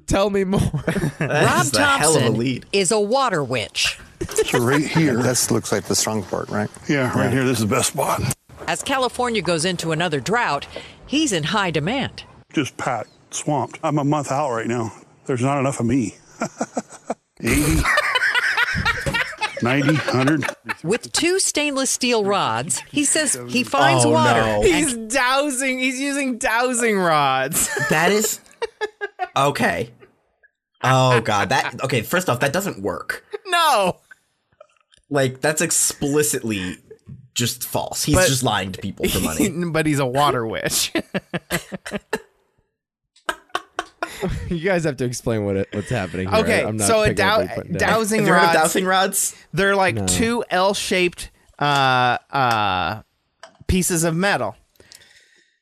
Speaker 3: Tell me more.
Speaker 5: Rob
Speaker 4: That's a hell of a
Speaker 5: Thompson
Speaker 4: lead.
Speaker 5: is a water witch.
Speaker 6: So right here, that's
Speaker 9: This looks like the strong part, right?
Speaker 6: yeah, right here. This is the best spot.
Speaker 5: As California goes into another drought, he's in high demand.
Speaker 6: Just packed, swamped. I'm a month out right now. There's not enough of me. 80, 90, 100.
Speaker 5: With two stainless steel rods, he says he finds water.
Speaker 4: Oh, no.
Speaker 2: He's dowsing. He's using dowsing rods.
Speaker 4: That is okay. Oh god, that okay. First off, that doesn't work.
Speaker 2: no.
Speaker 4: Like that's explicitly just false. He's just lying to people for money.
Speaker 2: but he's a water witch.
Speaker 3: You guys have to explain what it, what's happening. Here.
Speaker 2: okay,
Speaker 3: I'm not
Speaker 2: so a
Speaker 3: picking up
Speaker 2: dow-
Speaker 3: what you're putting down.
Speaker 2: dowsing
Speaker 4: Have you heard of
Speaker 2: rods.
Speaker 4: dowsing rods?
Speaker 2: They're like two L-shaped uh, uh, pieces of metal.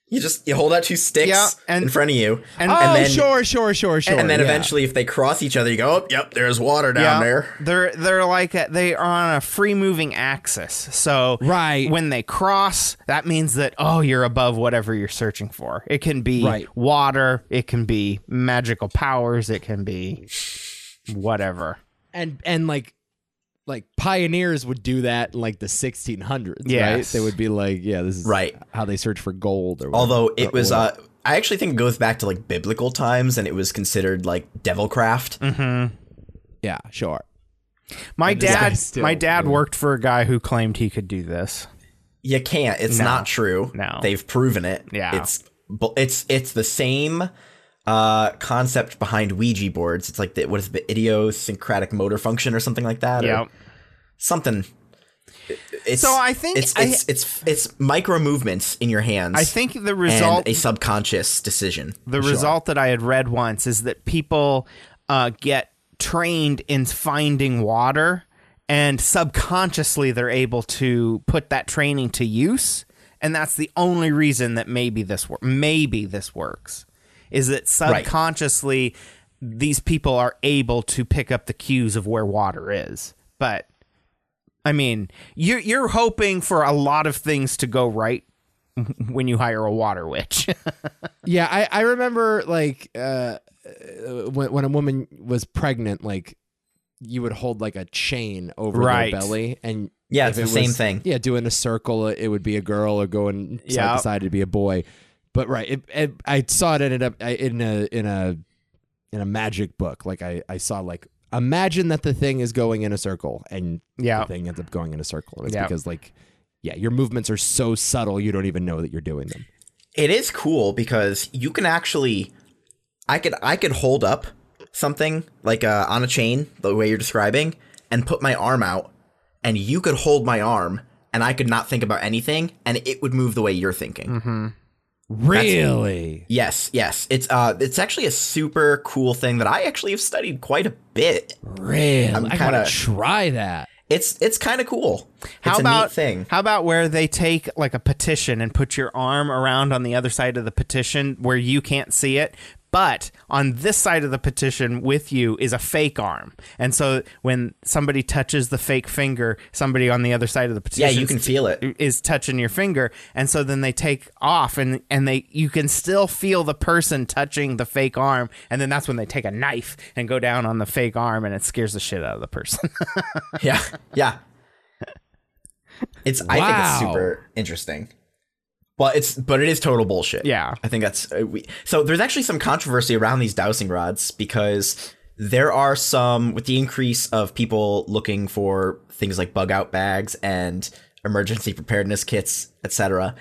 Speaker 4: You just you hold out two sticks
Speaker 2: Yeah, and-
Speaker 4: in front of you,
Speaker 2: and-
Speaker 3: Oh,
Speaker 4: then
Speaker 3: sure, sure, sure, sure.
Speaker 4: and then
Speaker 3: yeah.
Speaker 4: eventually, if they cross each other, you go, oh, yep, there's water down there.
Speaker 2: They're they're like a, they are on a free moving axis. So
Speaker 3: Right.
Speaker 2: when they cross, that means that oh you're above whatever you're searching for. It can be
Speaker 3: Right.
Speaker 2: water, it can be magical powers, it can be whatever.
Speaker 3: and and like like pioneers would do that in like the 1600s right
Speaker 2: Yes.
Speaker 3: they would be like yeah this is
Speaker 4: Right.
Speaker 3: how they search for gold or whatever.
Speaker 4: Although it
Speaker 3: Or-
Speaker 4: was,
Speaker 3: or-
Speaker 4: uh, I actually think it goes back to like biblical times, and it was considered like devilcraft.
Speaker 3: yeah sure
Speaker 2: My
Speaker 3: And this
Speaker 2: dad,
Speaker 3: guy's still-
Speaker 2: my dad
Speaker 3: yeah.
Speaker 2: worked for a guy who claimed he could do this.
Speaker 4: You can't. It's not true.
Speaker 2: No.
Speaker 4: they've proven it.
Speaker 2: Yeah.
Speaker 4: it's bu- it's it's the same uh concept behind Ouija boards. It's like the, what is it, the idiosyncratic motor function or something like that. or
Speaker 2: Yep.
Speaker 4: something. It's,
Speaker 2: So I think
Speaker 4: it's
Speaker 2: I-
Speaker 4: it's, it's it's micro movements in your hands.
Speaker 2: I think the result
Speaker 4: and a subconscious decision.
Speaker 2: the result that I had read once is that people uh, get trained in finding water, and subconsciously they're able to put that training to use, and that's the only reason that maybe this wor- maybe this works is that subconsciously these people are able to pick up the cues of where water is, but. I mean, you're you're hoping for a lot of things to go right when you hire a water witch.
Speaker 3: yeah i i remember like uh uh, when, when a woman was pregnant like you would hold like a chain over
Speaker 2: Right.
Speaker 3: their belly and
Speaker 4: Yeah,
Speaker 3: if
Speaker 4: it's
Speaker 3: it
Speaker 4: the same
Speaker 3: was-
Speaker 4: thing.
Speaker 3: yeah doing a circle it would be a girl or going side
Speaker 2: Yeah.
Speaker 3: to side to be a boy but right it, it, i saw it ended up I- in a in a in a magic book like i i saw like imagine that the thing is going in a circle and
Speaker 2: Yeah.
Speaker 3: the thing ends up going in a circle and it's
Speaker 2: Yeah.
Speaker 3: because like yeah your movements are so subtle you don't even know that you're doing them
Speaker 4: It is cool because you can actually, I could I could hold up something like uh, on a chain the way you're describing, and put my arm out, and you could hold my arm, and I could not think about anything, and it would move the way you're thinking.
Speaker 3: Mm-hmm. really
Speaker 4: Yes, yes, it's uh, it's actually a super cool thing that I actually have studied quite a bit.
Speaker 3: really i
Speaker 4: kinda-
Speaker 3: want to try that
Speaker 4: It's it's kind of cool.
Speaker 2: How
Speaker 4: it's a
Speaker 2: about
Speaker 4: neat thing?
Speaker 2: how about where they take like a petition and put your arm around on the other side of the petition where you can't see it, but on this side of the petition with you is a fake arm, and so when somebody touches the fake finger, somebody on the other side of the
Speaker 4: yeah,
Speaker 2: petition
Speaker 4: you can feel it.
Speaker 2: is touching your finger, and so then they take off and and they you can still feel the person touching the fake arm, and then that's when they take a knife and go down on the fake arm, and it scares the shit out of the person.
Speaker 4: Yeah, yeah. It's I think it's
Speaker 3: Wow.
Speaker 4: super interesting. Well, it's but it is total bullshit.
Speaker 2: Yeah.
Speaker 4: I think that's uh, we, so. There's actually some controversy around these dowsing rods because there are some with the increase of people looking for things like bug out bags and emergency preparedness kits, etc.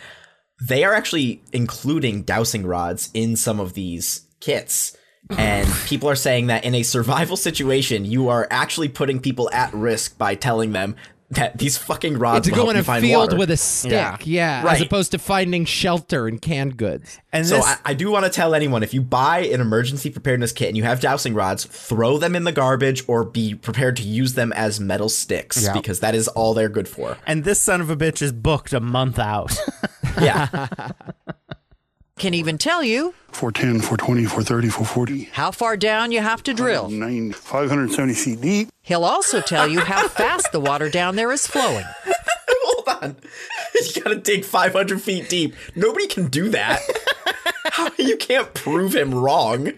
Speaker 4: They are actually including dowsing rods in some of these kits And people are saying that in a survival situation, you are actually putting people at risk by telling them that these fucking rods
Speaker 3: to go
Speaker 4: will help
Speaker 3: in
Speaker 4: you
Speaker 3: a
Speaker 4: find
Speaker 3: field
Speaker 4: water.
Speaker 3: with a stick, yeah, as
Speaker 4: Right.
Speaker 3: opposed to finding shelter and canned goods.
Speaker 2: And
Speaker 4: So
Speaker 2: this,
Speaker 4: I, I do want to tell anyone if you buy an emergency preparedness kit and you have dowsing rods, throw them in the garbage or be prepared to use them as metal sticks
Speaker 1: Yeah.
Speaker 4: because that is all they're good for.
Speaker 2: and this son of a bitch is booked a month out.
Speaker 4: Yeah.
Speaker 5: Can even tell you
Speaker 6: 410, 420, 430, 440.
Speaker 5: how far down you have to drill.
Speaker 6: Nine, 570 feet deep.
Speaker 5: He'll also tell you how fast the water down there is flowing.
Speaker 4: Hold on. You gotta dig 500 feet deep. Nobody can do that. How- you can't prove him wrong.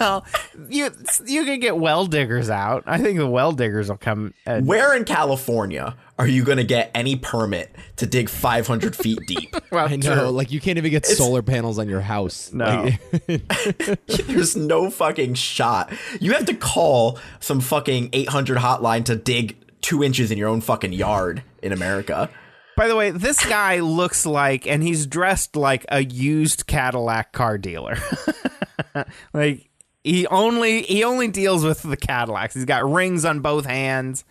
Speaker 2: well, you you can get well diggers out. I think the well diggers will come. And,
Speaker 4: Where in California are you gonna get any permit to dig 500 feet deep?
Speaker 2: well,
Speaker 3: I know, like you can't even get solar panels on your house.
Speaker 2: No.
Speaker 3: Like,
Speaker 4: There's no fucking shot. You have to call some fucking 800 hotline to dig two inches in your own fucking yard in America.
Speaker 2: By the way, this guy looks like, and he's dressed like a used Cadillac car dealer. like he only he only deals with the Cadillacs. He's got rings on both hands.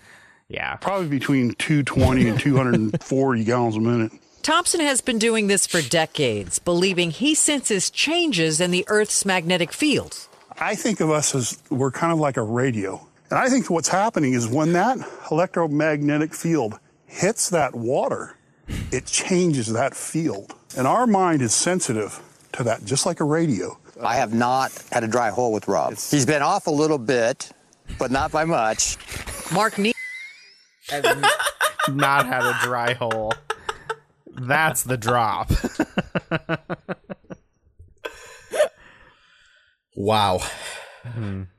Speaker 2: Yeah,
Speaker 6: Probably between 220 and 240 gallons a minute.
Speaker 5: Thompson has been doing this for decades, believing he senses changes in the Earth's magnetic field.
Speaker 6: I think of us as we're kind of like a radio. And I think what's happening is when that electromagnetic field hits that water, it changes that field. And our mind is sensitive to that, just like a radio.
Speaker 9: I have not had a dry hole with Rob. He's been off a little bit, but not by much.
Speaker 5: Mark Ne-
Speaker 2: not had a dry hole. That's the drop.
Speaker 4: Wow.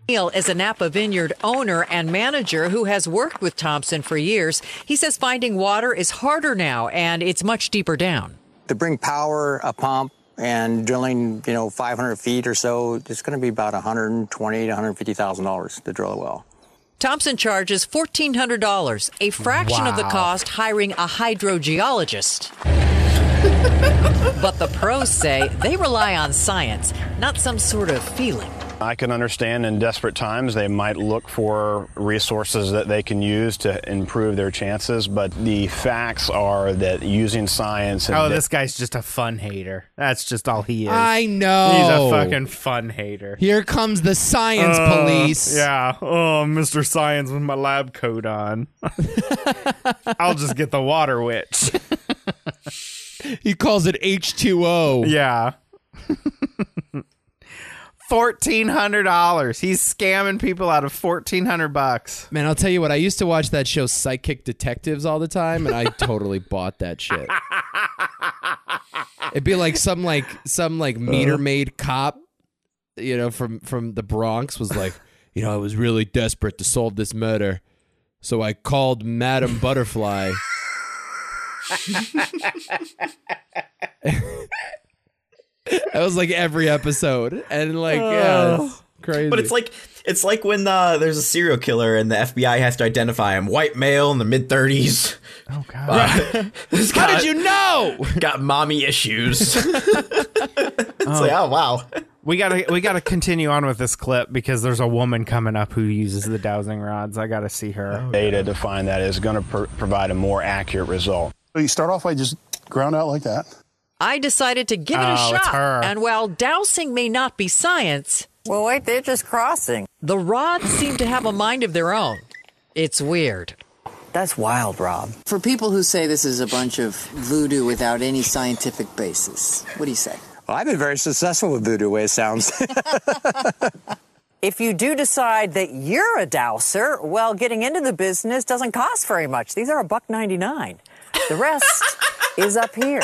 Speaker 5: Neal is a Napa Vineyard owner and manager who has worked with Thompson for years. He says finding water is harder now and it's much deeper down.
Speaker 9: To bring power, a pump, and drilling, you know, 500 feet or so, it's going to be about 120 to 150 thousand dollars to drill a well.
Speaker 5: Thompson charges $1,400, a fraction of the cost hiring a hydrogeologist. but the pros say they rely on science, not some sort of feeling.
Speaker 10: I can understand in desperate times they might look for resources that they can use to improve their chances, but the facts are that using science and
Speaker 2: Oh, this guy's just a fun hater. That's just all he is.
Speaker 3: I
Speaker 2: He's
Speaker 3: know.
Speaker 2: a fucking fun hater.
Speaker 3: Here comes the science police.
Speaker 2: Yeah. Oh, Mr. Science with my lab coat on. I'll just get the water witch.
Speaker 3: He calls it H2O.
Speaker 2: Yeah. Fourteen hundred dollars. He's scamming people out of fourteen hundred bucks.
Speaker 3: Man, I'll tell you what, I used to watch that show Psychic Detectives all the time, and I totally bought that shit. It'd be like some like some like meter maid cop, you know, from from the Bronx was like, you know, I was really desperate to solve this murder. So I called Madam Butterfly. that was like every episode. And like, yeah, it's crazy.
Speaker 4: But it's like it's like when uh, there's a serial killer and the FBI has to identify him. White male in the mid 30s. Oh god. this
Speaker 3: How
Speaker 4: guy
Speaker 3: did you know?
Speaker 4: got mommy issues. it's like, oh wow.
Speaker 2: We gotta we gotta continue on with this clip because there's a woman coming up who uses the dowsing rods. I gotta see her.
Speaker 10: data to find that is going to pr- provide a more accurate result.
Speaker 6: So you start off by just ground out like that.
Speaker 5: I decided to give it a
Speaker 2: Oh, it's
Speaker 5: shot.
Speaker 2: her.
Speaker 5: And while dousing may not be science,
Speaker 9: Well, wait, they're just crossing.
Speaker 5: the rods seem to have a mind of their own. It's weird.
Speaker 9: That's wild, Rob.
Speaker 11: For people who say this is a bunch of voodoo without any scientific basis, what do you say?
Speaker 9: Well, I've been very successful with voodoo, way it sounds.
Speaker 11: If you do decide that you're a dowser, well, getting into the business doesn't cost very much. These are a buck 99. The rest is up here.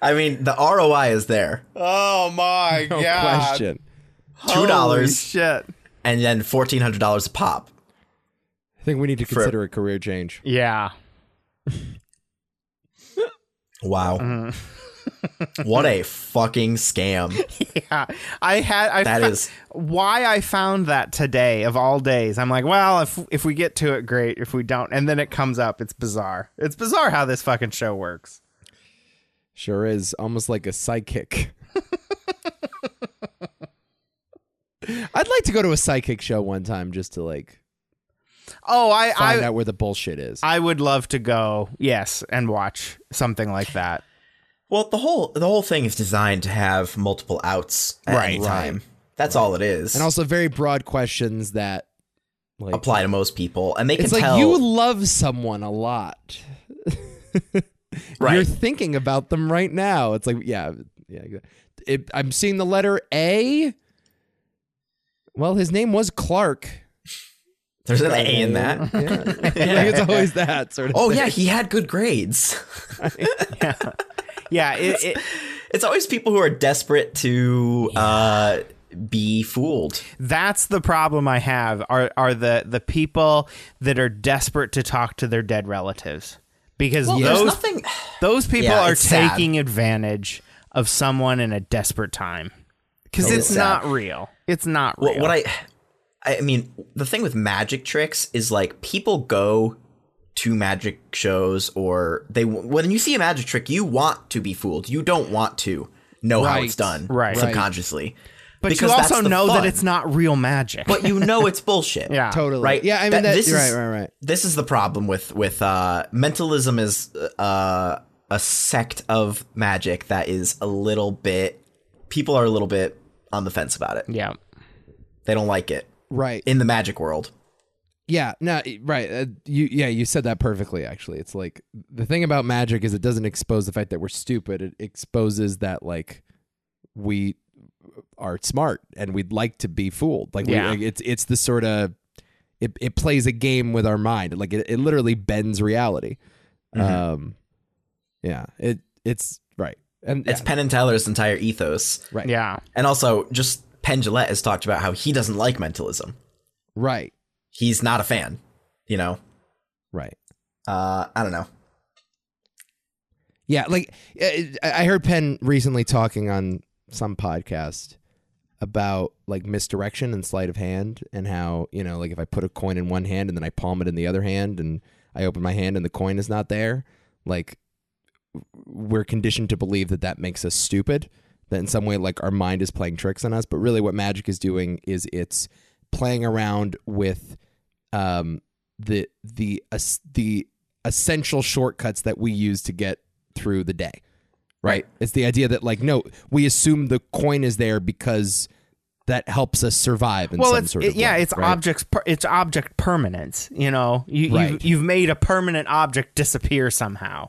Speaker 4: I mean, the ROI is there.
Speaker 2: Oh my
Speaker 3: No question.
Speaker 4: Two dollars
Speaker 2: Shit.
Speaker 4: and then fourteen hundred dollars a pop.
Speaker 3: I think we need to consider a career change.
Speaker 2: Yeah.
Speaker 3: Mm.
Speaker 4: Wow. what a fucking scam.
Speaker 2: yeah, I had. I
Speaker 4: That
Speaker 2: fo-
Speaker 4: is-
Speaker 2: why I found that today of all days. I'm like, well, if if we get to it, great. If we don't, and then it comes up. It's bizarre. It's bizarre how this fucking show works.
Speaker 3: Sure is almost like a psychic. I'd like to go to a psychic show one time just to like
Speaker 2: Oh, I
Speaker 3: find
Speaker 2: I
Speaker 3: out where the bullshit is.
Speaker 2: I would love to go. Yes, and watch something like that.
Speaker 4: Well, the whole the whole thing is designed to have multiple outs at any
Speaker 2: Right.
Speaker 4: time. That's all it is.
Speaker 3: And also very broad questions that like
Speaker 4: apply to most people, and they can
Speaker 3: it's like
Speaker 4: tell.
Speaker 3: you love someone a lot. You're thinking about them right now. It's like yeah, yeah. It, I'm seeing the letter A. Well, his name was Clark.
Speaker 4: There's an A in that.
Speaker 3: Yeah. Like, it's always that sort of.
Speaker 4: oh
Speaker 3: thing.
Speaker 4: yeah, he had good grades.
Speaker 2: Yeah, it, it,
Speaker 4: It's always people who are desperate to uh, be fooled.
Speaker 2: that's the problem I have are are the the people that are desperate to talk to their dead relatives because
Speaker 4: Well, there's
Speaker 2: those
Speaker 4: nothing.
Speaker 2: those people
Speaker 4: Yeah,
Speaker 2: are
Speaker 4: it's sad.
Speaker 2: taking advantage of someone in a desperate time because
Speaker 4: Totally
Speaker 2: it's
Speaker 4: sad.
Speaker 2: not real. It's not real.
Speaker 4: What, what I, I mean, the thing with magic tricks is like people go to magic shows or they when you see a magic trick, you want to be fooled. You don't want to know how it's
Speaker 3: Right.
Speaker 4: done,
Speaker 2: Right.
Speaker 4: Subconsciously,
Speaker 2: but
Speaker 4: because
Speaker 2: you
Speaker 4: that's
Speaker 2: also
Speaker 4: the
Speaker 2: know
Speaker 4: fun.
Speaker 2: that it's not real magic.
Speaker 4: But you know it's bullshit.
Speaker 2: yeah,
Speaker 3: totally.
Speaker 4: Oh, Right.
Speaker 3: Yeah, I mean
Speaker 4: That-
Speaker 3: that,
Speaker 4: this
Speaker 3: right,
Speaker 4: is-
Speaker 3: right, right.
Speaker 4: This is the problem with with uh, mentalism is uh, a sect of magic that is a little bit. People are a little bit on the fence about it.
Speaker 2: yeah.
Speaker 4: They don't like it
Speaker 3: Right.
Speaker 4: in the magic world.
Speaker 3: Yeah, no, i- right. Uh, you yeah, you said that perfectly actually. It's like the thing about magic is it doesn't expose the fact that we're stupid. It exposes that like we are smart and we'd like to be fooled. Like,
Speaker 2: Yeah.
Speaker 3: we, like it's it's the sort of it it plays a game with our mind. Like it, it literally bends reality. Um yeah, it it's right. And
Speaker 4: It's
Speaker 3: yeah,
Speaker 4: Penn and Teller's entire ethos,
Speaker 3: right.
Speaker 2: Yeah.
Speaker 4: and also just Penn Jillette has talked about how he doesn't like mentalism.
Speaker 3: Right.
Speaker 4: He's not a fan. You know.
Speaker 3: Right.
Speaker 4: Uh, I don't know.
Speaker 3: Yeah, like uh, I I heard Penn recently talking on some podcast about like misdirection and sleight of hand and how, you know, like if I put a coin in one hand and then I palm it in the other hand and I open my hand and the coin is not there, like we're conditioned to believe that that makes us stupid, that in some way like our mind is playing tricks on us, but really what magic is doing is it's playing around with um the the es- the essential shortcuts that we use to get through the day. Right? It's the idea that like no, we assume the coin is there because that helps us survive in
Speaker 2: Well,
Speaker 3: some
Speaker 2: it's
Speaker 3: sort
Speaker 2: it-
Speaker 3: of
Speaker 2: yeah,
Speaker 3: way,
Speaker 2: it's
Speaker 3: right?
Speaker 2: objects. Per, it's object permanence. You know, you
Speaker 3: Right.
Speaker 2: you've, you've made a permanent object disappear somehow,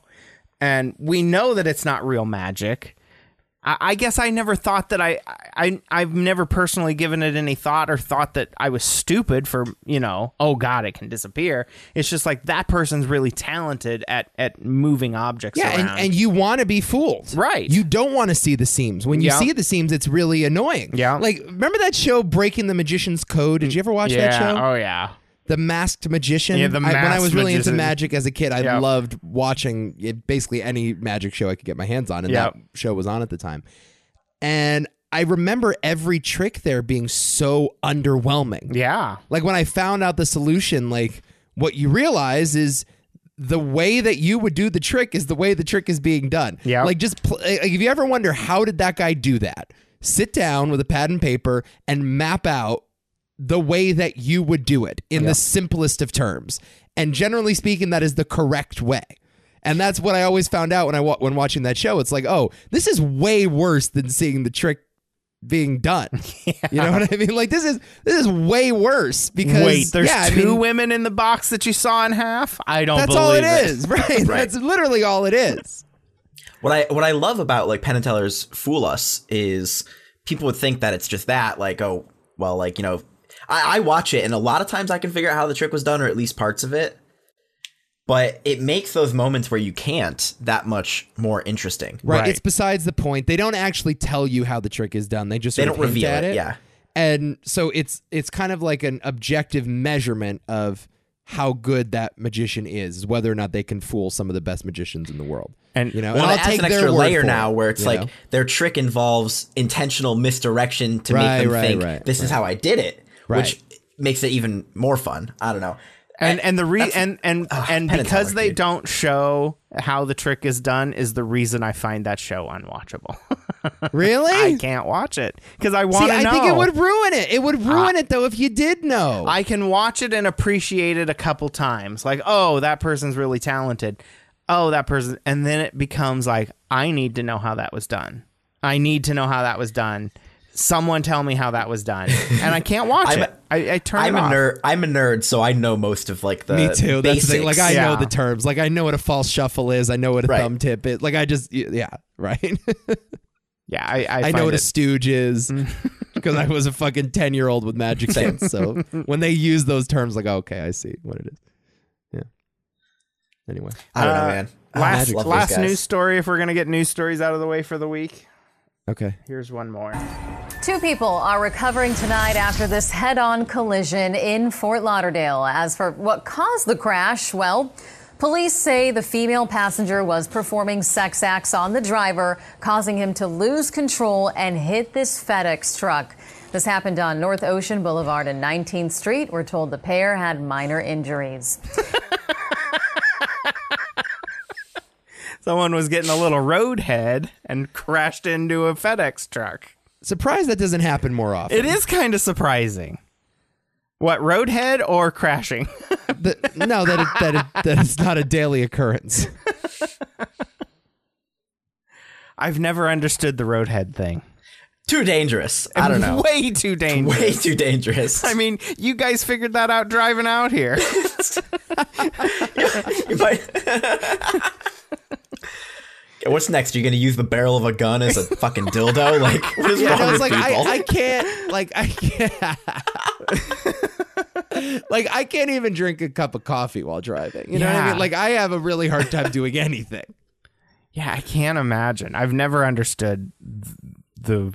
Speaker 2: and we know that it's not real magic. I, I guess I never thought that I, I I've never personally given it any thought or thought that I was stupid for you know oh god it can disappear. It's just like that person's really talented at at moving objects.
Speaker 3: Yeah, and,
Speaker 2: around.
Speaker 3: and you want to be fooled.
Speaker 2: Right.
Speaker 3: You don't want to see the seams. When you
Speaker 2: Yeah.
Speaker 3: see the seams, it's really annoying.
Speaker 2: Yeah.
Speaker 3: Like, remember that show, Breaking the Magician's Code? Did you ever watch
Speaker 2: yeah
Speaker 3: that show?
Speaker 2: oh yeah
Speaker 3: The Masked Magician.
Speaker 2: Yeah, The
Speaker 3: I, when I
Speaker 2: Masked
Speaker 3: was really
Speaker 2: Magician.
Speaker 3: into magic as a kid, I
Speaker 2: Yeah.
Speaker 3: loved watching it, basically any magic show I could get my hands on, and
Speaker 2: Yeah.
Speaker 3: that show was on at the time. And I remember every trick there being so underwhelming.
Speaker 2: yeah
Speaker 3: Like when I found out the solution, like what you realize is the way that you would do the trick is the way the trick is being done.
Speaker 2: Yeah.
Speaker 3: Like just pl- like if you ever wonder how did that guy do that, sit down with a pad and paper and map out the way that you would do it in the simplest of terms. And generally speaking, that is the correct way. And that's what I always found out when I wa- when watching that show. It's like, oh, this is way worse than seeing the trick being done. You know what I mean? Like this is this is way worse because
Speaker 2: wait there's
Speaker 3: yeah, I
Speaker 2: two
Speaker 3: mean,
Speaker 2: women in the box that you saw in half I don't
Speaker 3: That's
Speaker 2: believe
Speaker 3: all it
Speaker 2: it
Speaker 3: is, right? That's literally all it is.
Speaker 4: What I what I love about like Penn and Teller's Fool Us is people would think that it's just that, like, oh, well, like, you know, I, I watch it and a lot of times I can figure out how the trick was done or at least parts of it. But it makes those moments where you can't that much more interesting.
Speaker 3: Right.
Speaker 2: Right.
Speaker 3: It's besides the point. They don't actually tell you how the trick is done. They just
Speaker 4: They
Speaker 3: sort of
Speaker 4: don't
Speaker 3: hint
Speaker 4: reveal
Speaker 3: at
Speaker 4: it, yeah.
Speaker 3: And so it's it's kind of like an objective measurement of how good that magician is, whether or not they can fool some of the best magicians in the world. And you know,
Speaker 4: well,
Speaker 3: and
Speaker 4: it
Speaker 3: I'll
Speaker 4: adds
Speaker 3: take
Speaker 4: an
Speaker 3: their
Speaker 4: extra
Speaker 3: word
Speaker 4: layer
Speaker 3: for it,
Speaker 4: now where it's
Speaker 3: you
Speaker 4: like
Speaker 3: know?
Speaker 4: their trick involves intentional misdirection to
Speaker 3: Right,
Speaker 4: make them
Speaker 3: right,
Speaker 4: think
Speaker 3: right,
Speaker 4: this is
Speaker 3: right.
Speaker 4: how I did it,
Speaker 3: Right.
Speaker 4: which makes it even more fun. I don't know.
Speaker 2: and and the re and and and
Speaker 4: penance
Speaker 2: because
Speaker 4: hour,
Speaker 2: they
Speaker 4: dude.
Speaker 2: don't show how the trick is done is the reason I find that show unwatchable.
Speaker 3: really,
Speaker 2: I can't watch it because I want
Speaker 3: See,
Speaker 2: to know.
Speaker 3: I think it would ruin it. It would
Speaker 4: Ah.
Speaker 3: ruin it though if you did know.
Speaker 2: I can watch it and appreciate it a couple times. Like, oh, that person's really talented. Oh, that person. And then it becomes like, I need to know how that was done. I need to know how that was done. Someone tell me how that was done. And I can't watch
Speaker 4: I'm a-
Speaker 2: it. I, I turn
Speaker 4: I'm
Speaker 2: it
Speaker 4: a
Speaker 2: off.
Speaker 4: nerd. I'm a nerd, so I know most of like the
Speaker 3: Me too. That's the thing. Like I know
Speaker 2: Yeah.
Speaker 3: the terms. Like I know what a false shuffle is. I know what a
Speaker 4: Right.
Speaker 3: thumb tip is. Like I just y- yeah right.
Speaker 2: Yeah, I I,
Speaker 3: I,
Speaker 2: find
Speaker 3: know what
Speaker 2: it-
Speaker 3: a stooge is because I was a fucking ten year old with magic
Speaker 4: Same.
Speaker 3: sense. So when they use those terms, like "Oh, okay, I see what it is. Yeah. Anyway,
Speaker 4: I don't know,
Speaker 2: Uh,
Speaker 4: man. I
Speaker 2: Last
Speaker 4: just love these
Speaker 2: last
Speaker 4: guys.
Speaker 2: news story. If we're gonna get news stories out of the way for the week,
Speaker 3: okay.
Speaker 2: here's one more.
Speaker 12: Two people are recovering tonight after this head on collision in Fort Lauderdale. As for what caused the crash, well, police say the female passenger was performing sex acts on the driver, causing him to lose control and hit this FedEx truck. This happened on North Ocean Boulevard and 19th Street. We're told the pair had minor injuries.
Speaker 2: Someone was getting a little roadhead and crashed into a FedEx truck.
Speaker 3: Surprised that doesn't happen more often.
Speaker 2: It is kind of surprising. What roadhead or crashing?
Speaker 3: That- no, that it, that it, that it's not a daily occurrence.
Speaker 2: I've never understood the roadhead thing.
Speaker 4: Too dangerous. I don't know.
Speaker 2: Way too dangerous.
Speaker 4: Way too dangerous.
Speaker 2: I mean, you guys figured that out driving out here.
Speaker 4: You might- Yeah, What's next? You're gonna use the barrel of a gun as a fucking dildo? Like what is
Speaker 3: Yeah,
Speaker 4: wrong
Speaker 3: no,
Speaker 4: with
Speaker 3: it's like
Speaker 4: people?
Speaker 3: I, I can't like I can't like I can't even drink a cup of coffee while driving. You know what I
Speaker 2: Yeah.
Speaker 3: mean? Like I have a really hard time doing anything.
Speaker 2: yeah, I can't imagine. I've never understood th- the,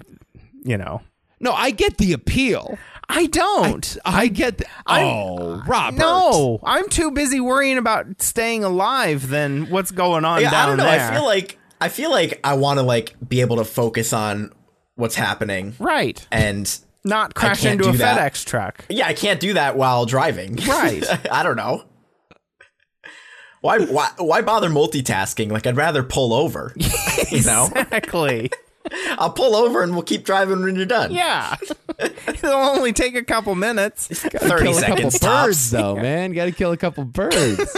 Speaker 2: you know.
Speaker 3: No, I get the appeal.
Speaker 2: I don't.
Speaker 3: I get the
Speaker 2: I'm-
Speaker 3: Oh, Robert.
Speaker 2: No, I'm too busy worrying about staying alive than what's going on
Speaker 4: yeah,
Speaker 2: down
Speaker 4: I don't know.
Speaker 2: there.
Speaker 4: I feel like I feel like I want to like be able to focus on what's happening
Speaker 2: right,
Speaker 4: and
Speaker 2: not
Speaker 4: I
Speaker 2: crash
Speaker 4: can't
Speaker 2: into a
Speaker 4: do that.
Speaker 2: FedEx truck.
Speaker 4: yeah, I can't do that while driving.
Speaker 2: Right.
Speaker 4: I don't know. Why, why why bother multitasking? Like I'd rather pull over. You know,
Speaker 2: Exactly.
Speaker 4: I'll pull over and we'll keep driving when you're done.
Speaker 2: yeah, it'll only take a couple minutes.
Speaker 4: thirty
Speaker 3: kill a couple
Speaker 4: seconds tops.
Speaker 3: birds though, man. You gotta kill a couple birds.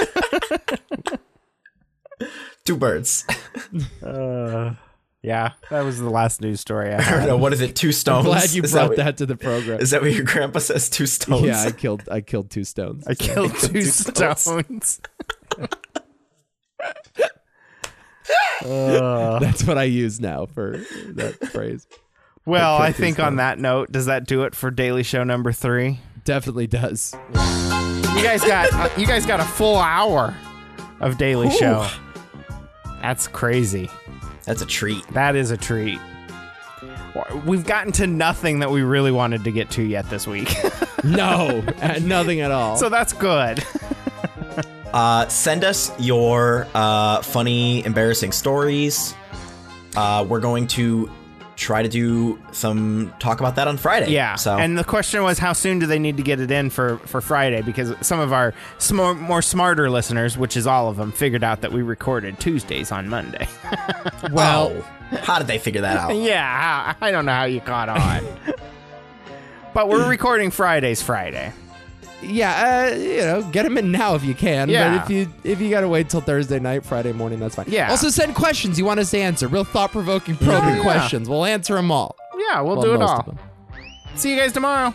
Speaker 4: Two birds.
Speaker 2: Yeah, that was the last news story I
Speaker 4: I
Speaker 2: had.
Speaker 4: don't know what is it? Two stones.
Speaker 3: I'm glad you
Speaker 4: Is
Speaker 3: brought
Speaker 4: what-
Speaker 3: that to the program.
Speaker 4: Is that what your grandpa says? Two stones.
Speaker 3: Yeah, I killed I killed two stones.
Speaker 2: I killed two
Speaker 4: stones.
Speaker 2: stones.
Speaker 3: That's what I use now for that phrase.
Speaker 2: Well, I
Speaker 3: I killed two
Speaker 2: think on
Speaker 3: stones.
Speaker 2: that note, does that do it for Daily Show number three?
Speaker 3: Definitely does.
Speaker 2: You guys got uh, you guys got a full hour of Daily Show. That's crazy.
Speaker 4: That's a treat.
Speaker 2: That is a treat. We've gotten to nothing that we really wanted to get to yet this week,
Speaker 3: No, nothing at all.
Speaker 2: so that's good.
Speaker 4: Uh, send us your uh, funny, embarrassing stories. Uh, we're going to try to do some talk about that on Friday.
Speaker 2: Yeah.
Speaker 4: So
Speaker 2: And the question was, how soon do they need to get it in for, for Friday? Because some of our sm- more smarter listeners, which is all of them, figured out that we recorded Tuesdays on Monday.
Speaker 4: well, oh, how did they figure that out?
Speaker 2: yeah, I I don't know how you caught on. but we're recording Fridays Friday.
Speaker 3: Yeah, uh, you know, get them in now if you can.
Speaker 2: Yeah.
Speaker 3: But if you if you gotta wait till Thursday night, Friday morning, that's fine.
Speaker 2: Yeah.
Speaker 3: Also, send questions you want us to answer. Real thought provoking, probing
Speaker 2: yeah.
Speaker 3: questions. We'll answer them all.
Speaker 2: Yeah, we'll
Speaker 3: Well,
Speaker 2: do it
Speaker 3: most
Speaker 2: all.
Speaker 3: of them.
Speaker 2: See you guys tomorrow.